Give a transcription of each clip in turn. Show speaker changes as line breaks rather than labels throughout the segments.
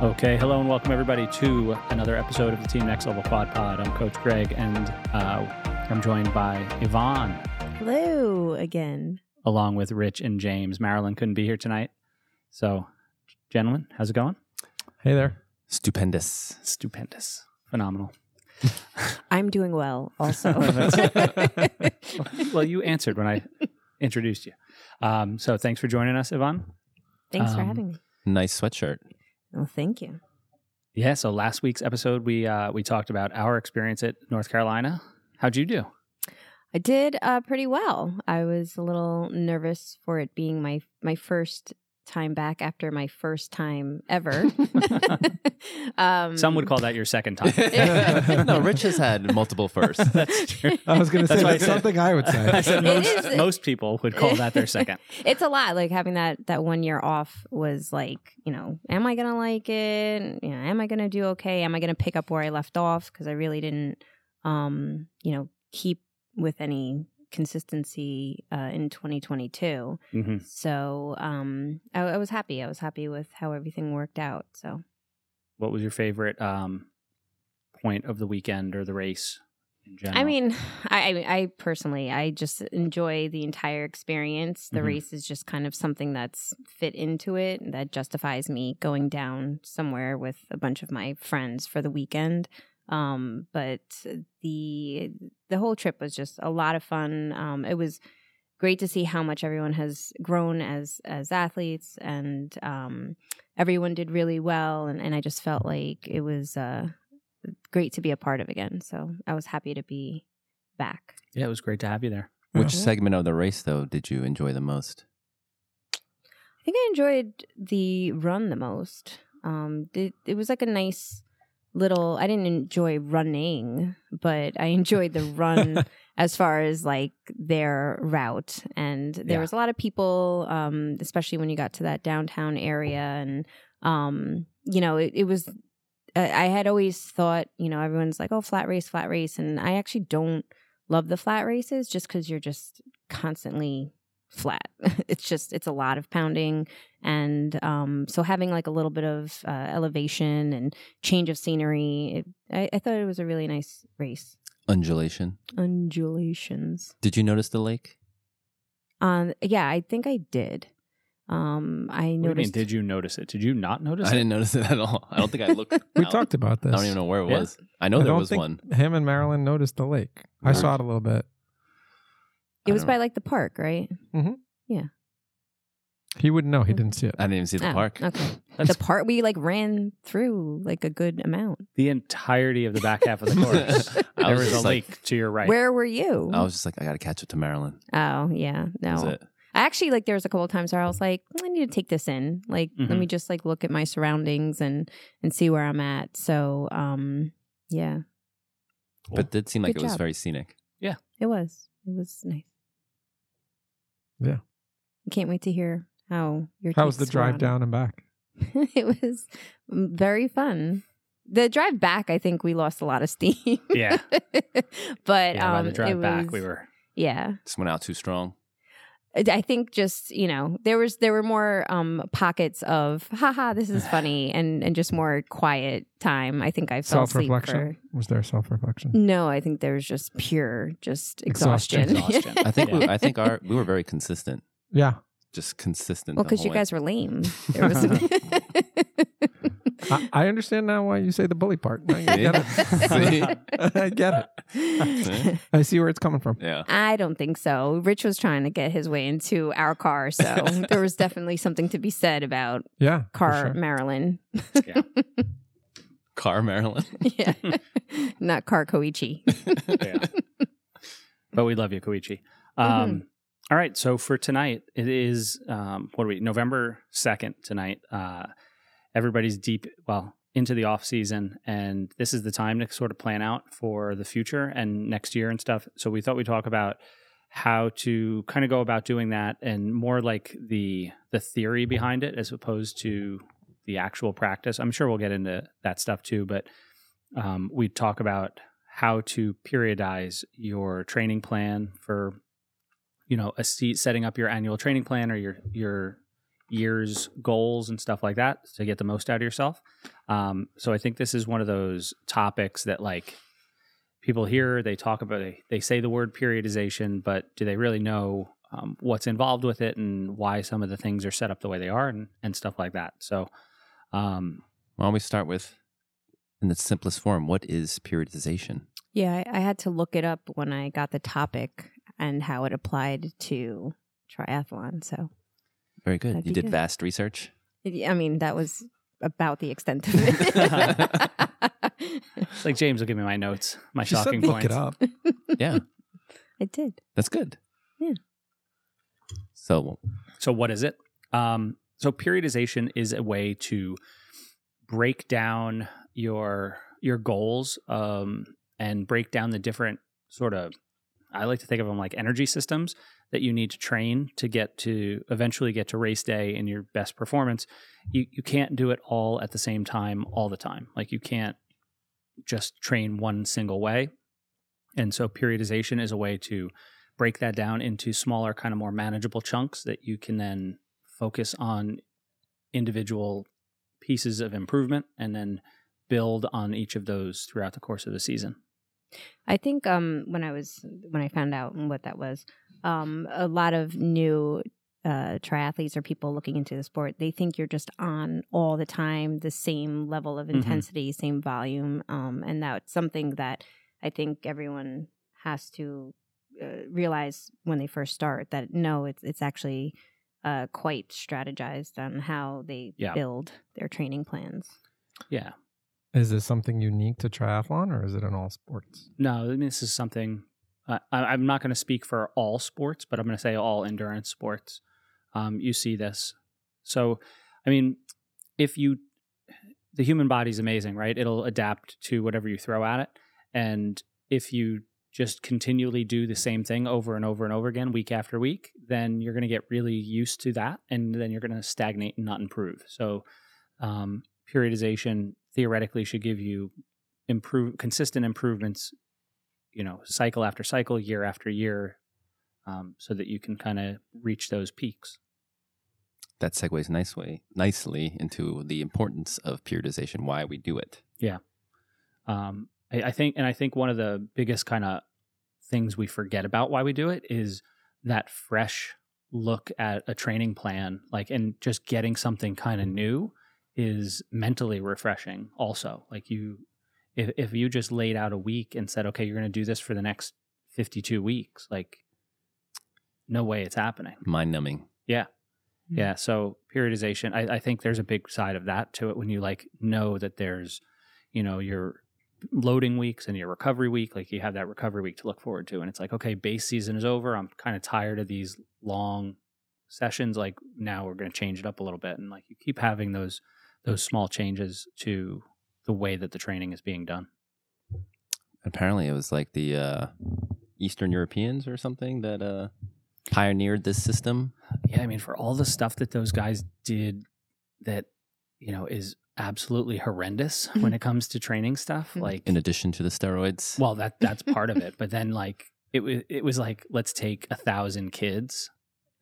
Okay, hello and welcome everybody to another episode of the Team Next Level Quad Pod. I'm Coach Greg, and uh, I'm joined by Yvonne,
Hello again.
along with Rich and James. Marilyn couldn't be here tonight, so gentlemen, how's it going?
Hey there.
Stupendous.
Stupendous, phenomenal.
I'm doing well also.
well, you answered when I introduced you, um, so thanks for joining us, Yvonne.
Thanks for
Um,
having me.
Nice sweatshirt.
Well, thank you.
Yeah, so last week's episode we uh, we talked about our experience at North Carolina. How'd you do?
I did uh, pretty well. I was a little nervous for it being my my first time back after my first time ever. um,
Some would call that your second time.
no, Rich has had multiple firsts.
That's true.
I was going to
That's
say
why I
that's
said-
something I would
I
say.
said
It
most,
is-
most people would call that their second.
it's a lot. Like having that that one year off was like, you know, am I gonna like it? You know, am I gonna do okay? Am I gonna pick up where I left off? Because I really didn't, um, you know, keep with any consistency uh, in 2022.
hmm
So um, I, I was happy. I was happy with how everything worked out. So
What was your favorite um, point of the weekend or the race in general?
I mean, I, I I personally I just enjoy the entire experience. The
Mhm.
race is just kind of something that's fit into it that justifies me going down somewhere with a bunch of my friends for the weekend. Um, but the the whole trip was just a lot of fun. Um, it was great to see how much everyone has grown as as athletes and um, everyone did really well and, and I just felt like it was uh, great to be a part of again. So I was happy to be back.
yeah, it was great to have you there.
Which
Uh-huh.
segment of the race, though, did you enjoy the most?
I think I enjoyed the run the most. Um, it, it was like a nice little. I didn't enjoy running, but I enjoyed the run as far as like their route. And there
Yeah.
was a lot of people, um, especially when you got to that downtown area. And um, you know, it, it was. I I had always thought, you know, everyone's like, "Oh, flat race, flat race," and I actually don't love the flat races just because you're just constantly flat. it's just it's a lot of pounding, and um, so having like a little bit of uh, elevation and change of scenery, it, I, I thought it was a really nice race.
Undulation.
Undulations.
Did you notice the lake?
Um, yeah, I think I did. Um, I
What do you mean?
noticed.
Did you notice it? Did you not notice
I
it?
didn't notice it at all. I don't think I looked.
We
out.
talked about
I
this.
don't even know where it
Yeah.
was. I know
I
there
don't
was
think
one.
Him and Marilyn noticed the lake. I
Yeah.
saw it a little bit.
it was
I
by
don't-
like the park, right?
He wouldn't know. He didn't see it.
I didn't even see the
Oh,
park.
Okay.
That's-
the part we like ran through like a good amount.
The entirety of the back half of the course.
I
there
was
was, a
just like-
lake to your right. Oh.
Where were you?
I was just like, I got to catch up to Marilyn.
oh yeah, no.
That was it.
I actually like there was a couple of times where I was like, I need to take this in. Like,
Mhm.
let me just like look at my surroundings and and see where I'm at. So, um, yeah,
Cool.
But it did seem like
Good
it was
job.
very scenic.
it was it was nice.
Yeah.
I can't wait to hear how your
How was the
takes were on
drive
it.
down and back?
it was mm, very fun. The drive back, I think we lost a lot of steam.
Yeah.
but
yeah,
um,
by the drive
it
back,
was-
we were.
yeah.
Just went out too strong.
I I think just you know there was there were more um pockets of haha this is funny and and just more quiet time. I think I fell
Self
asleep
reflection.
for
Was there self reflection?
no. I think there was just pure just
Exhaustion.
exhaustion.
Exhaustion.
I think. We,
Yeah.
I think our we were very consistent.
Yeah.
Just consistent.
well,
the
because you
whole way.
guys were lame. There was
I, I understand now why you say the bully part. Now you get it.
See?
I get it. I see where it's coming from.
Yeah.
I don't think so. Rich was trying to get his way into our car, so there was definitely something to be said about
Yeah. for
car
sure.
Marilyn,
Car Marilyn.
yeah, not car Koichi.
yeah. But we love you, Koichi. Um, all right. So for tonight, it is, um, what are we, November 2nd tonight. Uh, everybody's deep, well, into the off season. And this is the time to sort of plan out for the future and next year and stuff. So we thought we'd talk about how to kind of go about doing that and more like the the theory behind it as opposed to the actual practice. I'm sure we'll get into that stuff too, but um, we talk about how to periodize your training plan for you know a se- setting up your annual training plan or your your year's goals and stuff like that to get the most out of yourself. Um, so I think this is one of those topics that like people hear, they talk about, they, they say the word periodization, but do they really know um, what's involved with it and why some of the things are set up the way they are and, and stuff like that. So, um,
Why don't we start with, in the simplest form, what is periodization?
Yeah, I, I had to look it up when I got the topic and how it applied to triathlon. So,
Very good.
That'd
you
be
did
good.
vast research.
I I mean, that was about the extent of it.
like James will give me my notes, my
She said
shocking
look
points.
it up.
Yeah,
I did.
that's good.
Yeah.
So,
So, what is it? Um, so, periodization is a way to break down your your goals um, and break down the different sort of. I like to think of them like energy systems that you need to train to get to eventually get to race day and your best performance. You you can't do it all at the same time all the time. Like you can't just train one single way. And so periodization is a way to break that down into smaller, kind of more manageable chunks that you can then focus on individual pieces of improvement and then build on each of those throughout the course of the season.
I think um, when I was when I found out what that was, um, a lot of new uh, triathletes or people looking into the sport, they think you're just on all the time, the same level of
Mm-hmm.
Mhm.
intensity, same volume, um, and that's something that I think everyone has to uh, realize when they first start that no, it's it's actually uh, quite strategized on how they
Yeah.
build their training plans.
Yeah.
Is this something unique to triathlon or is it in all sports?
No, I mean, this is something uh, I, I'm not going to speak for all sports, but I'm going to say all endurance sports. Um, you see this. So, I mean, if you, the human body's amazing, right? It'll adapt to whatever you throw at it. And if you just continually do the same thing over and over and over again, week after week, then you're going to get really used to that. And then you're going to stagnate and not improve. So, um, periodization theoretically should give you improve consistent improvements you know cycle after cycle year after year um, so that you can kind of reach those peaks
that segues nicely, nicely into the importance of periodization, why we do it.
um, I, I think and i think one of the biggest kind of things we forget about why we do it is that fresh look at a training plan like and just getting something kind of new is mentally refreshing also like you if, if you just laid out a week and said okay you're going to do this for the next 52 weeks like no way it's happening
Mind numbing.
Mm.
Yeah. So periodization, I, I think there's a big side of that to it when you like know that there's, you know, your loading weeks and your recovery week, like you have that recovery week to look forward to. And it's like, okay, base season is over. I'm kind of tired of these long sessions. Like now we're going to change it up a little bit. And like you keep having those, those small changes to the way that the training is being done.
Apparently, it was like the uh, Eastern Europeans or something that uh, pioneered this system.
yeah, I mean, for all the stuff that those guys did that, you know, is absolutely horrendous when it comes to training stuff,
Mhm.
like
In addition to the steroids,
well, that that's part of it. But then like it was it was like let's take a thousand kids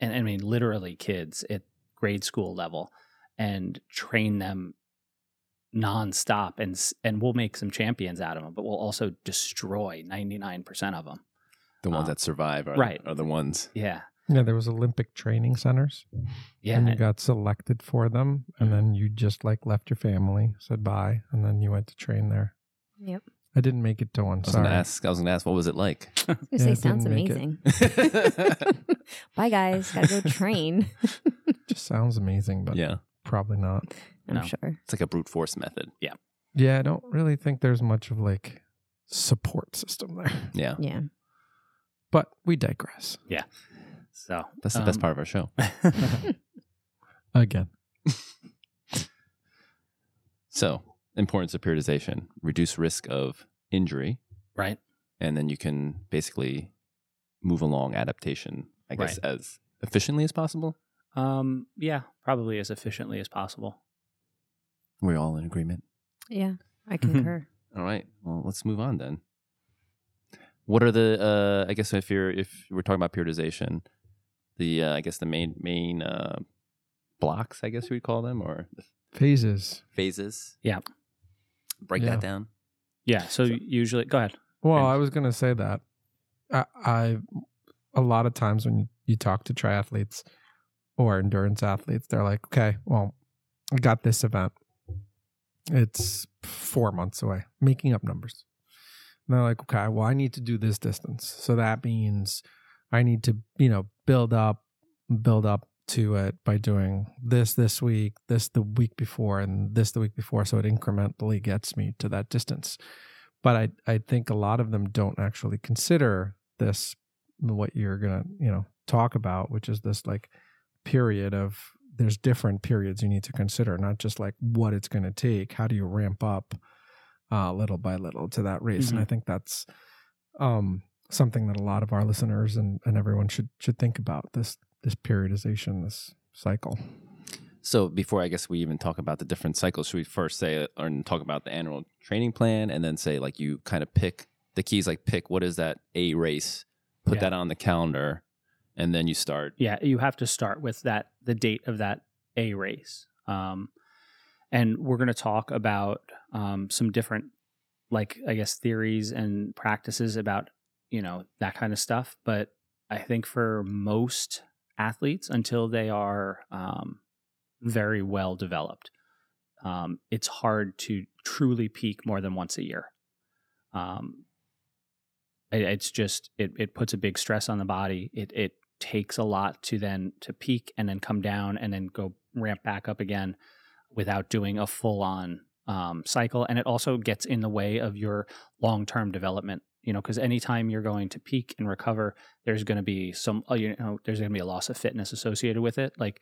and I mean literally kids at grade school level and train them nonstop and s- and we'll make some champions out of them, but we'll also destroy 99% of them.
the ones
uh,
that survive are,
right.
are the ones.
Yeah.
Yeah, there was Olympic training centers.
Yeah.
And you got selected for them
Mm.
and then you just like left your family, said bye, and then you went to train there.
Yep.
I didn't make it to one.
I was going to
Sorry.
ask. I was going to ask, what was it like?
I was
Yeah,
gonna
it
say, sounds
didn't make it.
amazing. Bye, guys. Gotta go train.
Just sounds amazing, but
yeah,
probably not.
I'm
No.
sure.
it's like a brute force method.
Yeah, I don't really think there's much of like support system there.
Yeah,
Yeah.
But we digress
so
that's the best part of our show.
part.
again.
So, importance of periodization: reduce risk of injury,
right.
and then you can basically move along adaptation, I guess, as efficiently as possible.
Um, yeah, probably as efficiently as possible.
We're all in agreement.
Yeah. I
Mm-hmm.
concur.
All right. Well, let's move on then. What are the? Uh, I guess if you're if we're talking about periodization, the uh, I guess the main main uh, blocks, I guess we'd call them, or
Phases.
phases.
Yeah.
Break
Yeah.
that down.
Yeah. So,
So-
usually, go ahead.
Well,
Phases.
I was gonna say that. I, I a lot of times when you talk to triathletes or endurance athletes, they're like, "Okay, well, I got this event. It's four months away." Making up numbers. And they're like, "Okay, well, I need to do this distance, so that means I need to, you know, build up, build up." to it by doing this this week this the week before and this the week before so it incrementally gets me to that distance but I I think a lot of them don't actually consider this what you're gonna you know talk about, which is this like period of there's different periods you need to consider, not just like what it's gonna take. How do you ramp up uh, little by little to that race? And I think that's um, something that a lot of our listeners and, and everyone should should think about this this periodization this cycle.
So before I guess we even talk about the different cycles, should we first say or talk about the annual training plan and then say like you kind of pick the keys like pick what is that a race, put
Yeah.
that on the calendar, and then you start.
yeah you have to start with that the date of that a race um and we're going to talk about um some different like i guess theories and practices about you know that kind of stuff but i think for most athletes until they are um very well developed um it's hard to truly peak more than once a year um it, it's just it, it puts a big stress on the body it it takes a lot to then to peak and then come down and then go ramp back up again without doing a full on um, cycle and it also gets in the way of your long term development you know because anytime you're going to peak and recover there's going to be some oh, you know there's going to be a loss of fitness associated with it like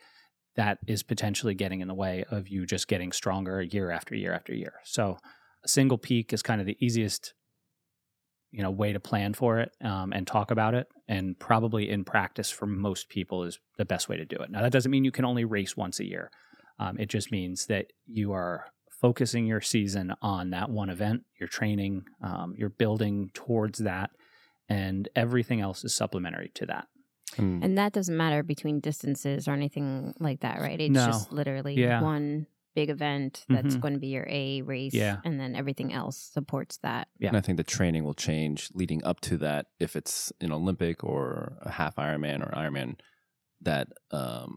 that is potentially getting in the way of you just getting stronger year after year after year so a single peak is kind of the easiest you know way to plan for it um, and talk about it and probably in practice for most people is the best way to do it now that doesn't mean you can only race once a year um, it just means that you are focusing your season on that one event you're training um, you're building towards that and everything else is supplementary to that
Hmm.
And that doesn't matter between distances or anything like that, right? It's
No.
just literally
Yeah.
one big event that's
Mhm.
going to be your A race.
Yeah.
And then everything else supports that.
Yeah.
And I think the training will change leading up to that if it's an Olympic or a half Ironman or Ironman. That um,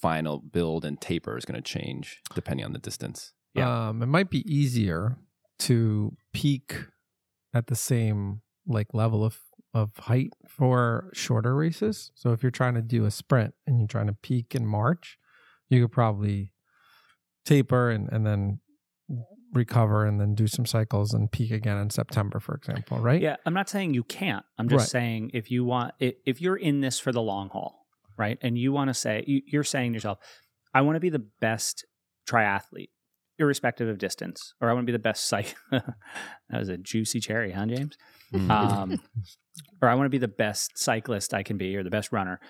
final build and taper is going to change depending on the distance.
Yeah.
Um, it might be easier to peak at the same like level of of height for shorter races. So if you're trying to do a sprint and you're trying to peak in March, you could probably taper and, and then recover and then do some cycles and peak again in September, for example, right?
Yeah, I'm not saying you can't. I'm just
Right.
saying if you want, i- if you're in this for the long haul, right, and you want to say, you- you're saying to yourself, I want to be the best triathlete, irrespective of distance, or I want to be the best psych. that was a juicy cherry, huh, James? um, or I want to be the best cyclist I can be or the best runner,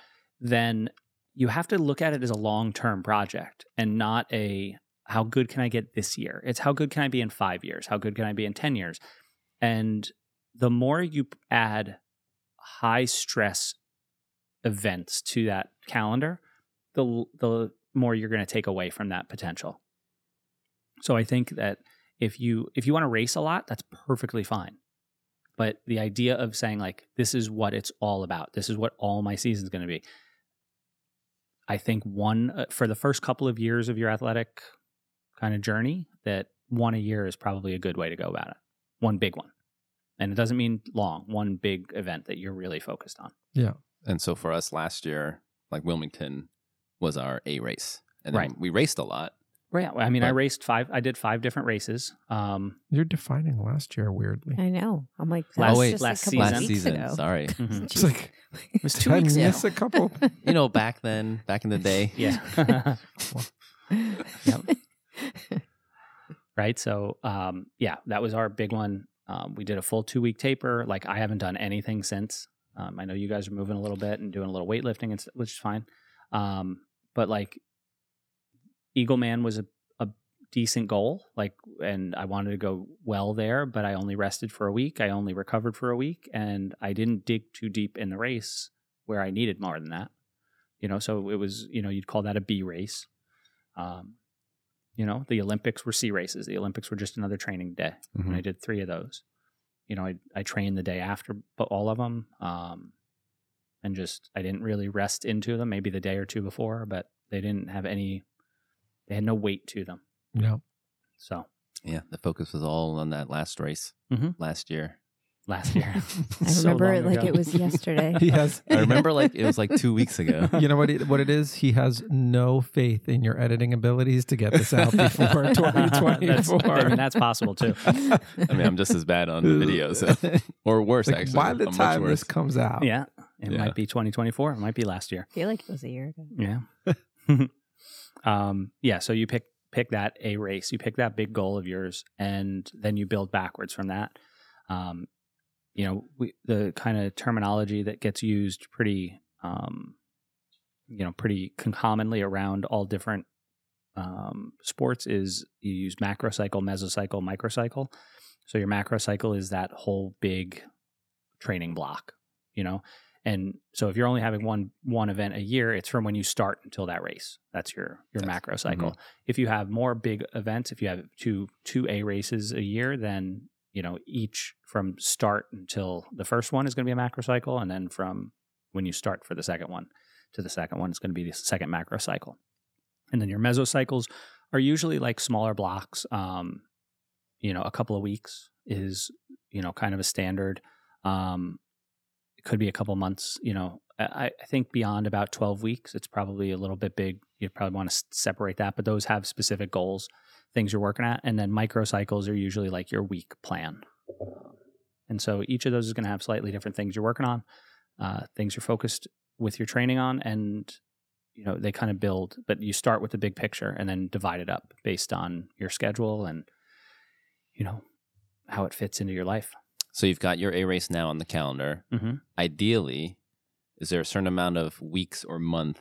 then you have to look at it as a long term project and not a how good can I get this year? It's how good can I be in five years? How good can I be in 10 years? And the more you p- add high stress events to that calendar, the, l- the more you're going to take away from that potential. So I think that if you if you want to race a lot, that's perfectly fine but the idea of saying like this is what it's all about this is what all my season's going to be i think one uh, for the first couple of years of your athletic kind of journey that one a year is probably a good way to go about it one big one and it doesn't mean long one big event that you're really focused on
And so for us last year, like Wilmington was our A race. And then
Right.
we raced a lot.
right i mean i
Right.
raced five i did five different races um
You're defining last year weirdly.
I know. I'm like,
Last- Oh,
that's
wait,
just
last
a couple
season.
weeks ago.
Sorry.
Mm-hmm.
mhm.
It's like
it was two
did I
weeks ago
miss a couple?
you know, back then, back in the day.
yeah right? So, um, yeah, that was our big one. Um, we did a full two week taper. Like, I haven't done anything since. Um, I know you guys are moving a little bit and doing a little weightlifting, and, s- which is fine. Um, but like, Eagle Man was a, a decent goal. Like, and I wanted to go well there, but I only rested for a week. I only recovered for a week, and I didn't dig too deep in the race where I needed more than that. You you know so it was you know you'd call that a b race um, you know the olympics were c races the olympics were just another training day
Mhm.
and i did three of those you know i, I trained the day after but all of them um, and just i didn't really rest into them maybe the day or two before but they didn't have any they had no weight to them
Yeah.
so
Yeah, the focus was all on that last race
Mhm.
last year.
last year
I
So
remember
long
it like
ago.
it was yesterday.
He has.
I remember like it was like two weeks ago.
You know what? It, what it is? He has no faith in your editing abilities to get this out before
that's, I mean,
2024.
that's possible too
I mean, I'm just as bad on the video, so or worse
Like,
actually.
by the
I'm much
time
worse.
this comes out,
yeah it
Yeah.
might be 2024 it might be last year
I feel like it was a year ago.
Yeah. um, yeah. So you pick pick that a race. You pick that big goal of yours, and then you build backwards from that. Um, you know, we, the kind of terminology that gets used pretty, um, you know, pretty con- commonly around all different um, sports is you use macro cycle, mesocycle, microcycle. So your macro cycle is that whole big training block, you know, and so if you're only having one one event a year, it's from when you start until that race. That's your your
That's-
macro cycle. If you have more big events, if you have two two A races a year, then you know each from start until the first one is going to be a macro cycle, and then from when you start for the second one to the second one, it's going to be the second macro cycle. And then your mesocycles are usually like smaller blocks. Um, you know, a couple of weeks is you know kind of a standard. Um, it could be a couple months. You know, I, I think beyond about twelve weeks, it's probably a little bit big. You probably want to separate that, but those have specific goals, things you're working at, and then microcycles are usually like your week plan. And so each of those is going to have slightly different things you're working on, uh, things you're focused with your training on, and you know they kind of build. But you start with the big picture and then divide it up based on your schedule and you know how it fits into your life.
So you've got your A race now on the calendar.
Mm-hmm.
Mhm.
Ideally, is there a certain amount of weeks or month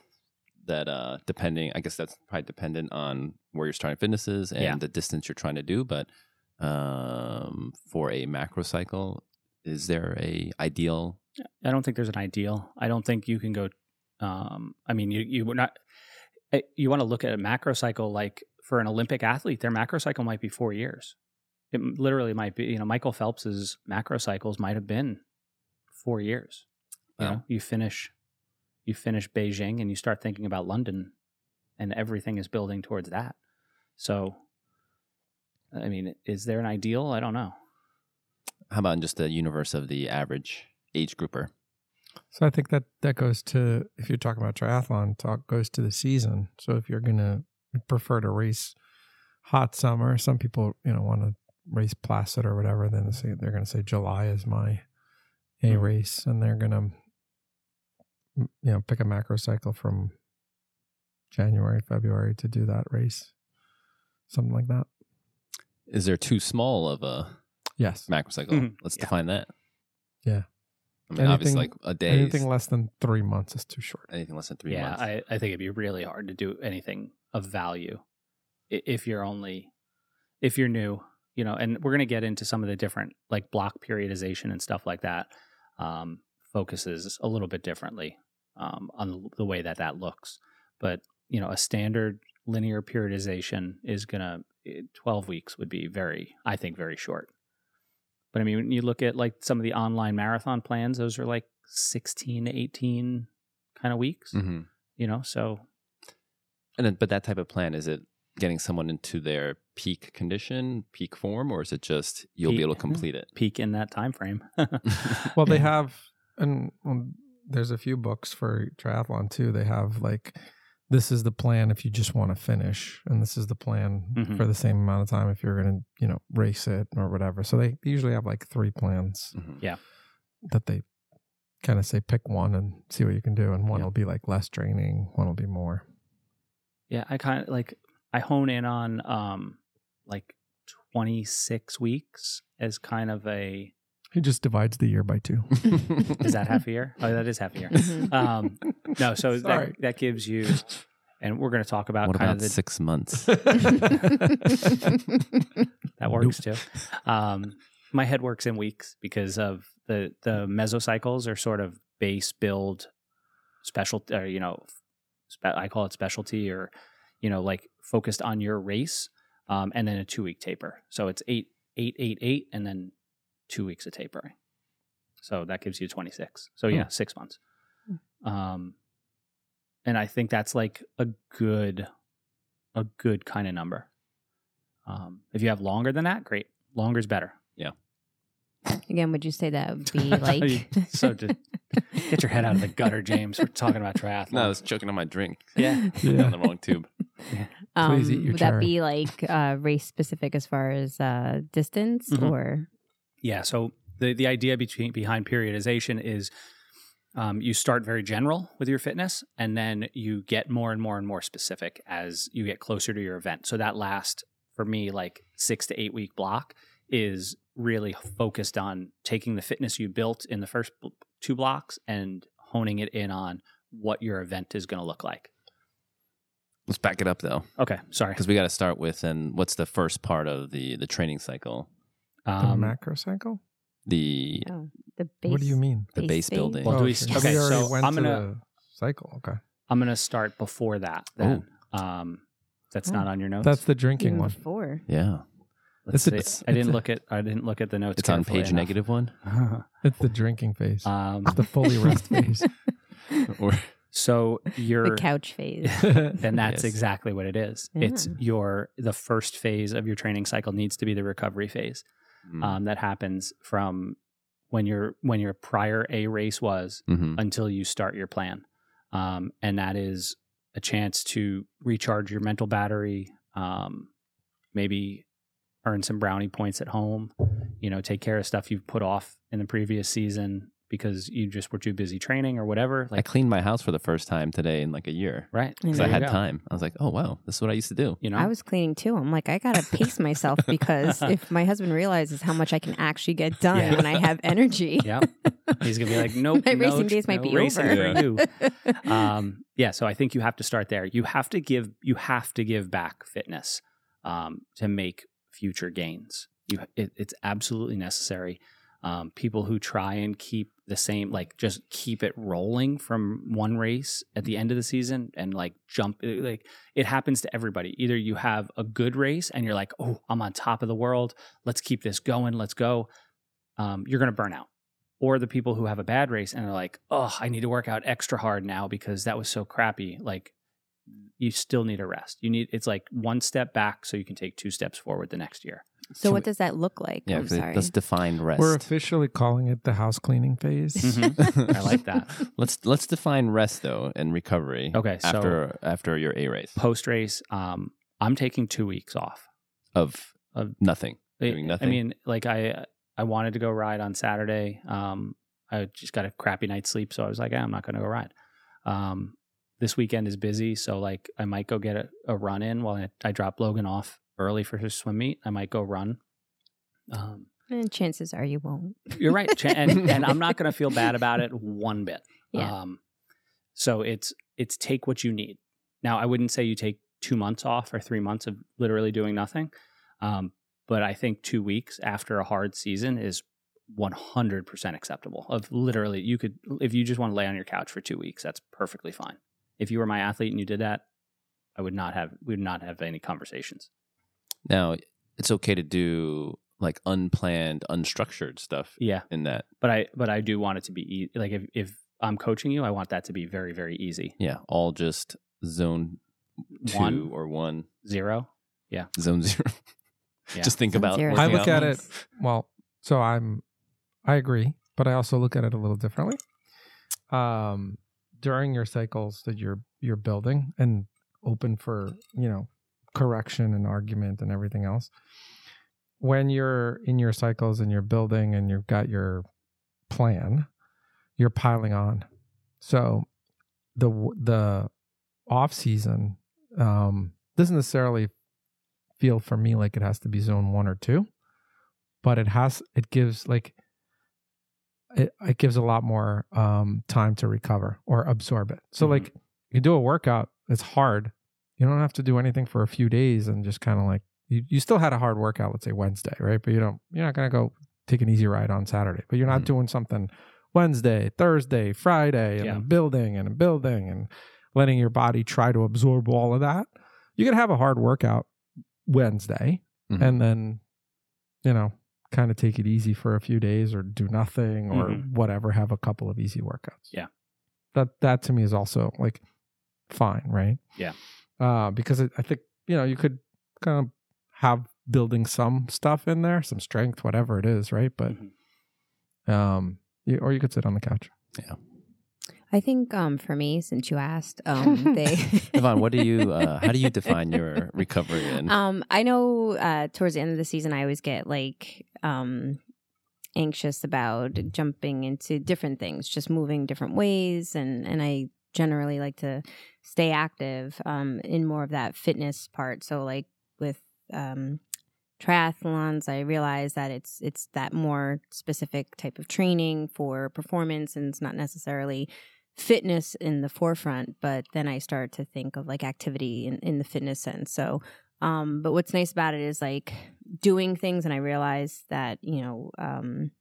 that uh depending I guess that's probably dependent on where your starting fitness is and
Yeah.
the distance you're trying to do, but um for a macro cycle, is there a ideal
I don't think there's an ideal. I don't think you can go. Um, I mean, you you were not. eh, You want to look at a macro cycle like for an Olympic athlete, their macro cycle might be four years. It m- literally might be. You know, Michael Phelps's macro cycles might have been four years. You
Wow.
know, you finish, you finish Beijing, and you start thinking about London, and everything is building towards that. So, I mean, is there an ideal? I don't know.
how about in just the universe of the average age grouper?
So I think that that goes to if you're talking about triathlon, talk goes to the season. So if you're gonna prefer to race hot summer, some people you know want to race Placid or whatever. Then they say, they're gonna say July is my a
Mhm.
race, and they're gonna you know pick a macro cycle from January, February to do that race, something like that.
Is there too small of a
Yes,
macro cycle?
Mhm.
Let's
Yeah.
define that.
Mm-hmm. Yeah.
I mean, obviously, like
Anything-
a day. is-
anything less than three months is too short.
anything less than three
yeah,
months.
I, I think it'd be really hard to do anything of value i- if you're only if you're new, you know. And we're gonna get into some of the different like block periodization and stuff like that. Um, focuses a little bit differently um, on the- the way that that looks, but you know, a standard linear periodization is gonna eh, twelve weeks would be very, I think, very short. But I mean, when you look at like some of the online marathon plans, those are like sixteen to eighteen kind of weeks
Mhm.
you know so
And then, but that type of plan is it getting someone into their peak condition, peak form, or is it just you'll be
Peak.
able to complete it?
peak in that time frame
Well, they have, and well, there's a few books for triathlon too. They have like, this is the plan if you just want to finish, and this is the plan
Mhm.
for the same amount of time if you're going to, you know, race it or whatever. So they usually have like three plans
Mhm.
that they kind of say pick one and see what you can do, and one
Yeah.
will be like less draining, one will be more.
yeah i kind of like i hone in on um like 26 weeks as kind of a
He just divides the year by two.
Mm-hmm.
is that half a year oh that is half a year um no so that,
Sorry.
that gives you and we're going to talk about
what
kind
about
of the,
six months?
that works too um my head works in weeks because of the the mesocycles are sort of base build special or uh, you know spe- I call it specialty or, you know, like focused on your race, um, and then a two week taper. So it's eight, eight, eight, eight, and then two weeks of tapering. So that gives you 26. So yeah, six months. Um, and I think that's like a good, a good kind of number. Um, if you have longer than that, great. Longer is better.
Again, would you say that would be like
So just Get your head out of the gutter, James. We're talking about triathlon.
No, I was choking on my drink.
Yeah.
on the wrong tube.
Um,
Please eat your
would that
chard.
be like uh, race specific as far as uh, distance
Mhm.
or
Yeah. So the the idea between behind periodization is um, you start very general with your fitness, and then you get more and more and more specific as you get closer to your event. So that last for me like six to eight week block is really focused on taking the fitness you built in the first bl- two blocks and honing it in on what your event is going to look like.
Let's back it up though,
Okay, sorry.
because we got to start with and what's the first part of the the training cycle?
The
Um,
macro cycle?
The
oh, the base?
What do you mean?
the
Base
base,
thing?
building.
Well, do we- Oh, okay,
already
so
went
I'm
to
gonna-
the cycle. Okay.
I'm going to start before that. Then.
Oh.
Um, that's not on your notes.
Oh. That's the drinking
Even
one.
before.
yeah,
Let's
It's a-
see.
it's-
I
it's
didn't
a-
look at I didn't look at the notes.
it's on
carefully
page
enough.
negative one.
It's the drinking phase.
um,
the fully rest phase.
Or
so
The
you're
couch phase.
and that's
Yes.
exactly what it is. It's
Yeah.
your the first phase of your training cycle needs to be the recovery phase.
mm
Um, that happens from when your when your prior A race was
Mm-hmm.
mhm.
until you start your plan. Um, and that is a chance to recharge your mental battery, um, maybe earn some brownie points at home, you know, take care of stuff you've put off in the previous season because you just were too busy training or whatever.
I
Like,
cleaned my house for the first time today in like a year
right.
I
because
There
I
you
had
go.
time. I was like, oh wow, this is what I used to do.
You know,
I was cleaning too. I'm like, I gotta pace myself because if my husband realizes how much I can actually get done
Yeah.
when I have energy,
yeah, he's gonna be like, nope,
My
no,
racing days might
no
be
racing
over.
for you. um, yeah, so I think you have to start there. You have to give you have to give back fitness um, to make future gains. You, it, it's absolutely necessary. Um, people who try and keep the same, like just keep it rolling from one race at the end of the season and like jump, eh, like it happens to everybody. Either you have a good race and you're like, oh, I'm on top of the world. Let's keep this going. Let's go. Um, you're going to burn out or the people who have a bad race and are like, oh, I need to work out extra hard now because that was so crappy. Like, you still need a rest. You need it's like one step back so you can take two steps forward the next year.
so
Can
what
we-
does that look like?
Yeah,
I'm
'cause it-
sorry.
let's define rest.
We're officially calling it the house cleaning phase.
Mhm.
Mm-hmm.
I like that.
Let's let's define rest though and recovery.
Okay, so-
after after your A race
Post race, um, I'm taking two weeks off.
of
Of-
nothing.
I-
Doing nothing.
I mean, like I I wanted to go ride on Saturday. Um, I just got a crappy night's sleep, so I was like, "Ah, I'm not going to go ride. Um, this weekend is busy, so like I might go get a, a run in while I, I drop Logan off early for his swim meet. I might go run. Um,
and chances are you won't.
You're right, Ch- and, and I'm not going to feel bad about it one bit.
Yeah.
Um, so it's it's take what you need. Now, I wouldn't say you take two months off or three months of literally doing nothing, um, but I think two weeks after a hard season is 100 percent acceptable. Of literally, you could if you just want to lay on your couch for two weeks, that's perfectly fine. If you were my athlete and you did that, I would not have we would not have any conversations.
now it's okay to do like unplanned, unstructured stuff
Yeah,
in that.
but I but I do want it to be easy. Like if if I'm coaching you, I want that to be very very easy.
Yeah, all just zone two
one
or one
zero.
zone zero.
Yeah.
Just think
Zone
about.
zero is
working
I look
out.
at it well, so I'm I agree, but I also look at it a little differently. Um during your cycles that you're you're building and open for, you know, correction and argument and everything else. When you're in your cycles and you're building and you've got your plan, you're piling on. So the w- the off season um doesn't necessarily feel for me like it has to be zone 1 or 2 but it has it gives like it, it gives a lot more um time to recover or absorb it so
Mhm.
like you do a workout it's hard you don't have to do anything for a few days and just kind of like you, you still had a hard workout let's say wednesday right but you don't you're not going to go take an easy ride on saturday but you're not
Mhm.
doing something wednesday thursday friday and
Mm-hmm. Yeah.
then building and building and letting your body try to absorb all of that, you can have a hard workout Wednesday
Mm-hmm.
Mhm.
and then, you know, kind of take it easy for a few days or do nothing or
Mhm.
whatever, have a couple of easy workouts.
Yeah.
That that to me is also like fine, right?
Yeah.
Uh, because I I think, you know, you could kind of have building some stuff in there, some strength, whatever it is, right? But
Mhm.
um you, or you could sit on the couch.
I think um, for me, since you asked, um, they.
Yvonne, what do you? Uh, how do you define your recovery? And
Um, I know uh, towards the end of the season, I always get like um, anxious about jumping into different things, just moving different ways, and and I generally like to stay active um, in more of that fitness part. So like with um, triathlons, I realize that it's it's that more specific type of training for performance, and it's not necessarily fitness in the forefront but then i start to think of like activity in, in the fitness sense so um, but what's nice about it is like doing things, and I realized that you know um,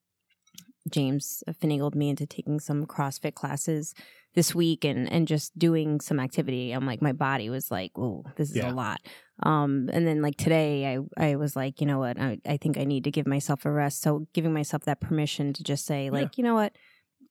James finagled me into taking some CrossFit classes this week, and and just doing some activity. I'm like, my body was like, oh, this is
Yeah.
a lot. Um, and then like today, I I was like, you know what, I, I think I need to give myself a rest. So giving myself that permission to just say, like, you know what,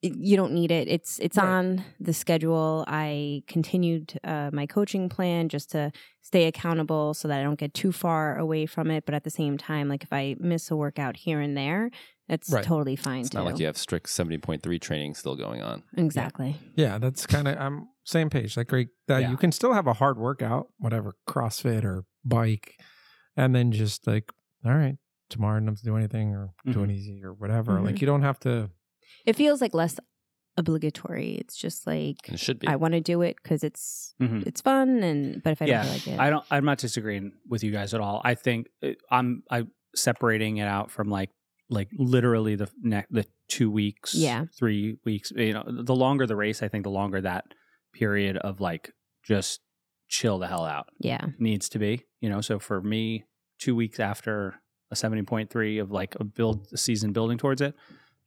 it- you don't need it. It's it's
Right.
on the schedule. I continued uh, my coaching plan just to stay accountable so that I don't get too far away from it. But at the same time, like if I miss a workout here and there, that's
Right.
totally fine
it's
too.
not like you have strict seventy point three training still going on.
Exactly.
Yeah, that's kind of I'm same page. Like great that
Yeah.
you can still have a hard workout, whatever CrossFit or bike, and then just like all right, tomorrow not to do anything or
Mm-hmm.
do an easy or whatever. Like you don't have to.
It feels like less obligatory. It's just like
And it should be. Mm-hmm.
I want to do it because it's
Mhm.
it's fun, and but if I
yeah,
don't feel like it,
I don't. I'm not disagreeing with you guys at all. I think uh, I'm I separating it out from like like literally the ne- the two weeks,
Yeah.
three weeks. You know, the longer the race, I think the longer that period of like just chill the hell out
yeah,
needs to be. You know, so for me, two weeks after a 70.3 of like a build a season building towards it,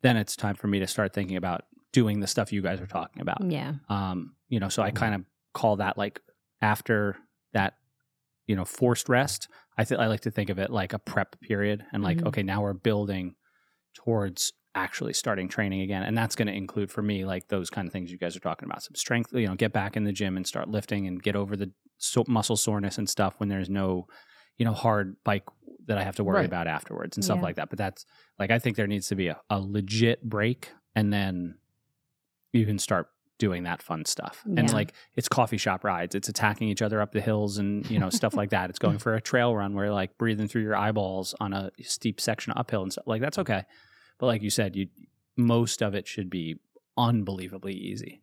then it's time for me to start thinking about doing the stuff you guys are talking about
Uh,
yeah,
um you know so i kind of call that like after that you know forced rest i think i like to think of it like a prep period and like
Mhm.
okay now we're building towards actually starting training again and that's going to include for me like those kind of things you guys are talking about some strength you know get back in the gym and start lifting and get over the so- muscle soreness and stuff when there's no you know hard bike that i have to worry
Right.
about afterwards and stuff
Yeah.
like that but that's like i think there needs to be a, a legit break and then you can start doing that fun stuff. And
Yeah.
like it's coffee shop rides, it's attacking each other up the hills and you know stuff like that. It's going for a trail run where you're like breathing through your eyeballs on a steep section uphill and stuff. Like that's okay. But like you said, you most of it should be unbelievably easy.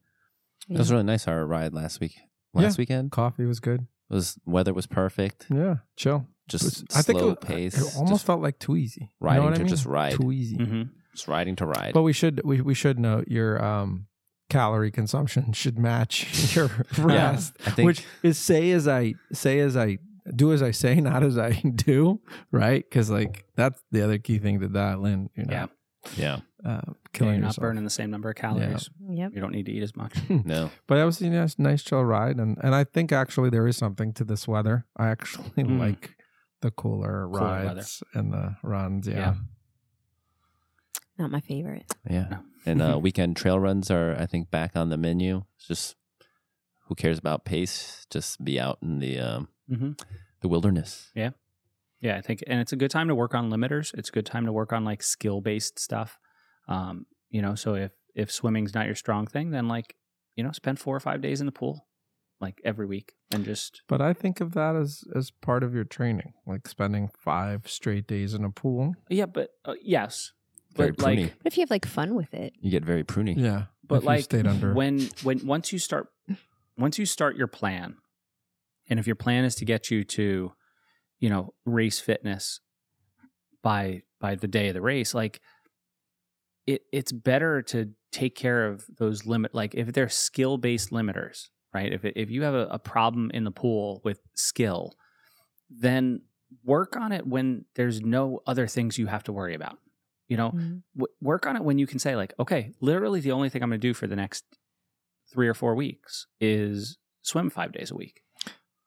It was really nice. Our ride last week, last weekend
Coffee was good.
was weather was perfect.
Yeah, chill.
Just
It's-
slow
it,
pace.
It almost
just
felt like too easy.
riding
you know what
to
I mean?
just ride.
Too easy.
just riding to ride.
But we should we, we should note your um calorie consumption should match your
Yeah.
rest.
I think
which is say as I say as I do as I say, not as I do, right? Because like that's the other key thing to dial in. You're not
yeah,
uh,
You're
killing
not
yourself.
burning the same number of calories.
yep.
You don't need to eat as much.
no.
But that was a nice, nice chill ride, and and I think actually there is something to this weather. I actually
Mm.
like the cooler
Cooler weather.
rides and the runs. Yeah,
Yeah.
Not my favorite.
Yeah.
No.
And uh, weekend trail runs are, I think, back on the menu. It's just who cares about pace? Just be out in the um,
hmm
Mm-hmm.
the wilderness.
Yeah, I think, and it's a good time to work on limiters. It's a good time to work on like skill based stuff. Um, you know, so if if swimming's not your strong thing, then like you know, spend four or five days in the pool, like every week, and just
but I think of that as as part of your training, like spending five straight days in a pool.
yeah, but uh, yes,
Very
but like
pruny.
But if you have like fun with it,
You get very pruny.
Yeah,
but
if you
like
stayed under.
when when once you start once you start your plan and if your plan is to get you to you know race fitness by by the day of the race like it it's better to take care of those limit like if they're skill based limiters right if it, if you have a, a problem in the pool with skill then work on it when there's no other things you have to worry about you
Oh.
know
Mm-hmm.
w- work on it when you can say like okay literally the only thing i'm going to do for the next three or four weeks is swim five days a week.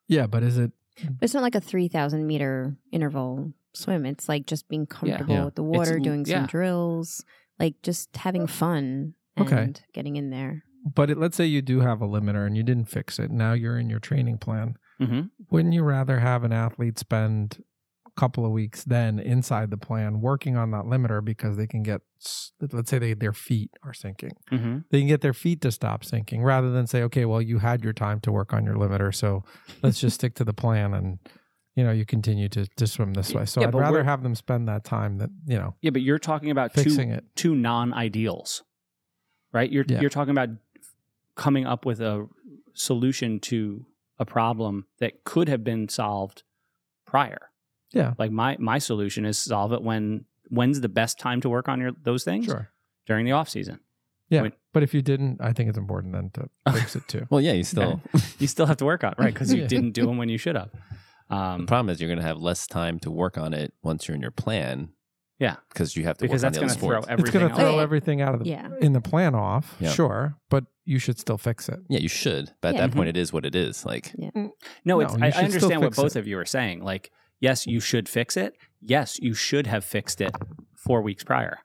Yeah, but is it?
But it's not like a 3,000 meter interval swim. It's like just being comfortable
Yeah.
with the water,
l-
doing some
yeah.
drills, like just having fun and
Okay.
getting in there.
But it, let's say you do have a limiter and you didn't fix it. Now you're in your training plan.
Mm-hmm.
Wouldn't you rather have an athlete spend a couple of weeks then inside the plan working on that limiter because they can get, s- let's say they, their feet are sinking.
Mm-hmm.
they can get their feet to stop sinking rather than say, okay, well, you had your time to work on your limiter, so let's just stick to the plan and you know you continue to, to swim this way. So
Yeah,
I'd
but
rather
we're-
have them spend that time that you know
Yeah, but you're talking about
fixing
two
it.
two non ideals, right? You're
Yeah.
you're talking about coming up with a solution to a problem that could have been solved prior.
Yeah.
Like my my solution is solve it when when's the best time to work on your those things
Sure,
during the off season.
yeah.
Wait.
But if you didn't, I think it's important then to fix it too.
Well, yeah, you still.
You still have to work on it, right? Because you
Yeah.
didn't do them when you should have.
The
Um,
problem is you're going to have less time to work on it once you're in your plan.
Yeah.
because you have to
because
work
that's
on
going
the
to
other
throw
sports.
everything.
it's going to
out.
else.
throw
Yeah.
everything out of the
Yeah.
in the plan off.
Yeah.
Sure, but you should still fix it.
yeah, you should. But at
Yeah.
that
mm-hmm.
point, it is what it is. Like,
No,
No,
it's,
you
I, I
should still
understand what
fix
both
it.
of you are saying. Like, yes, you should fix it. Yes, you should have fixed it four weeks prior.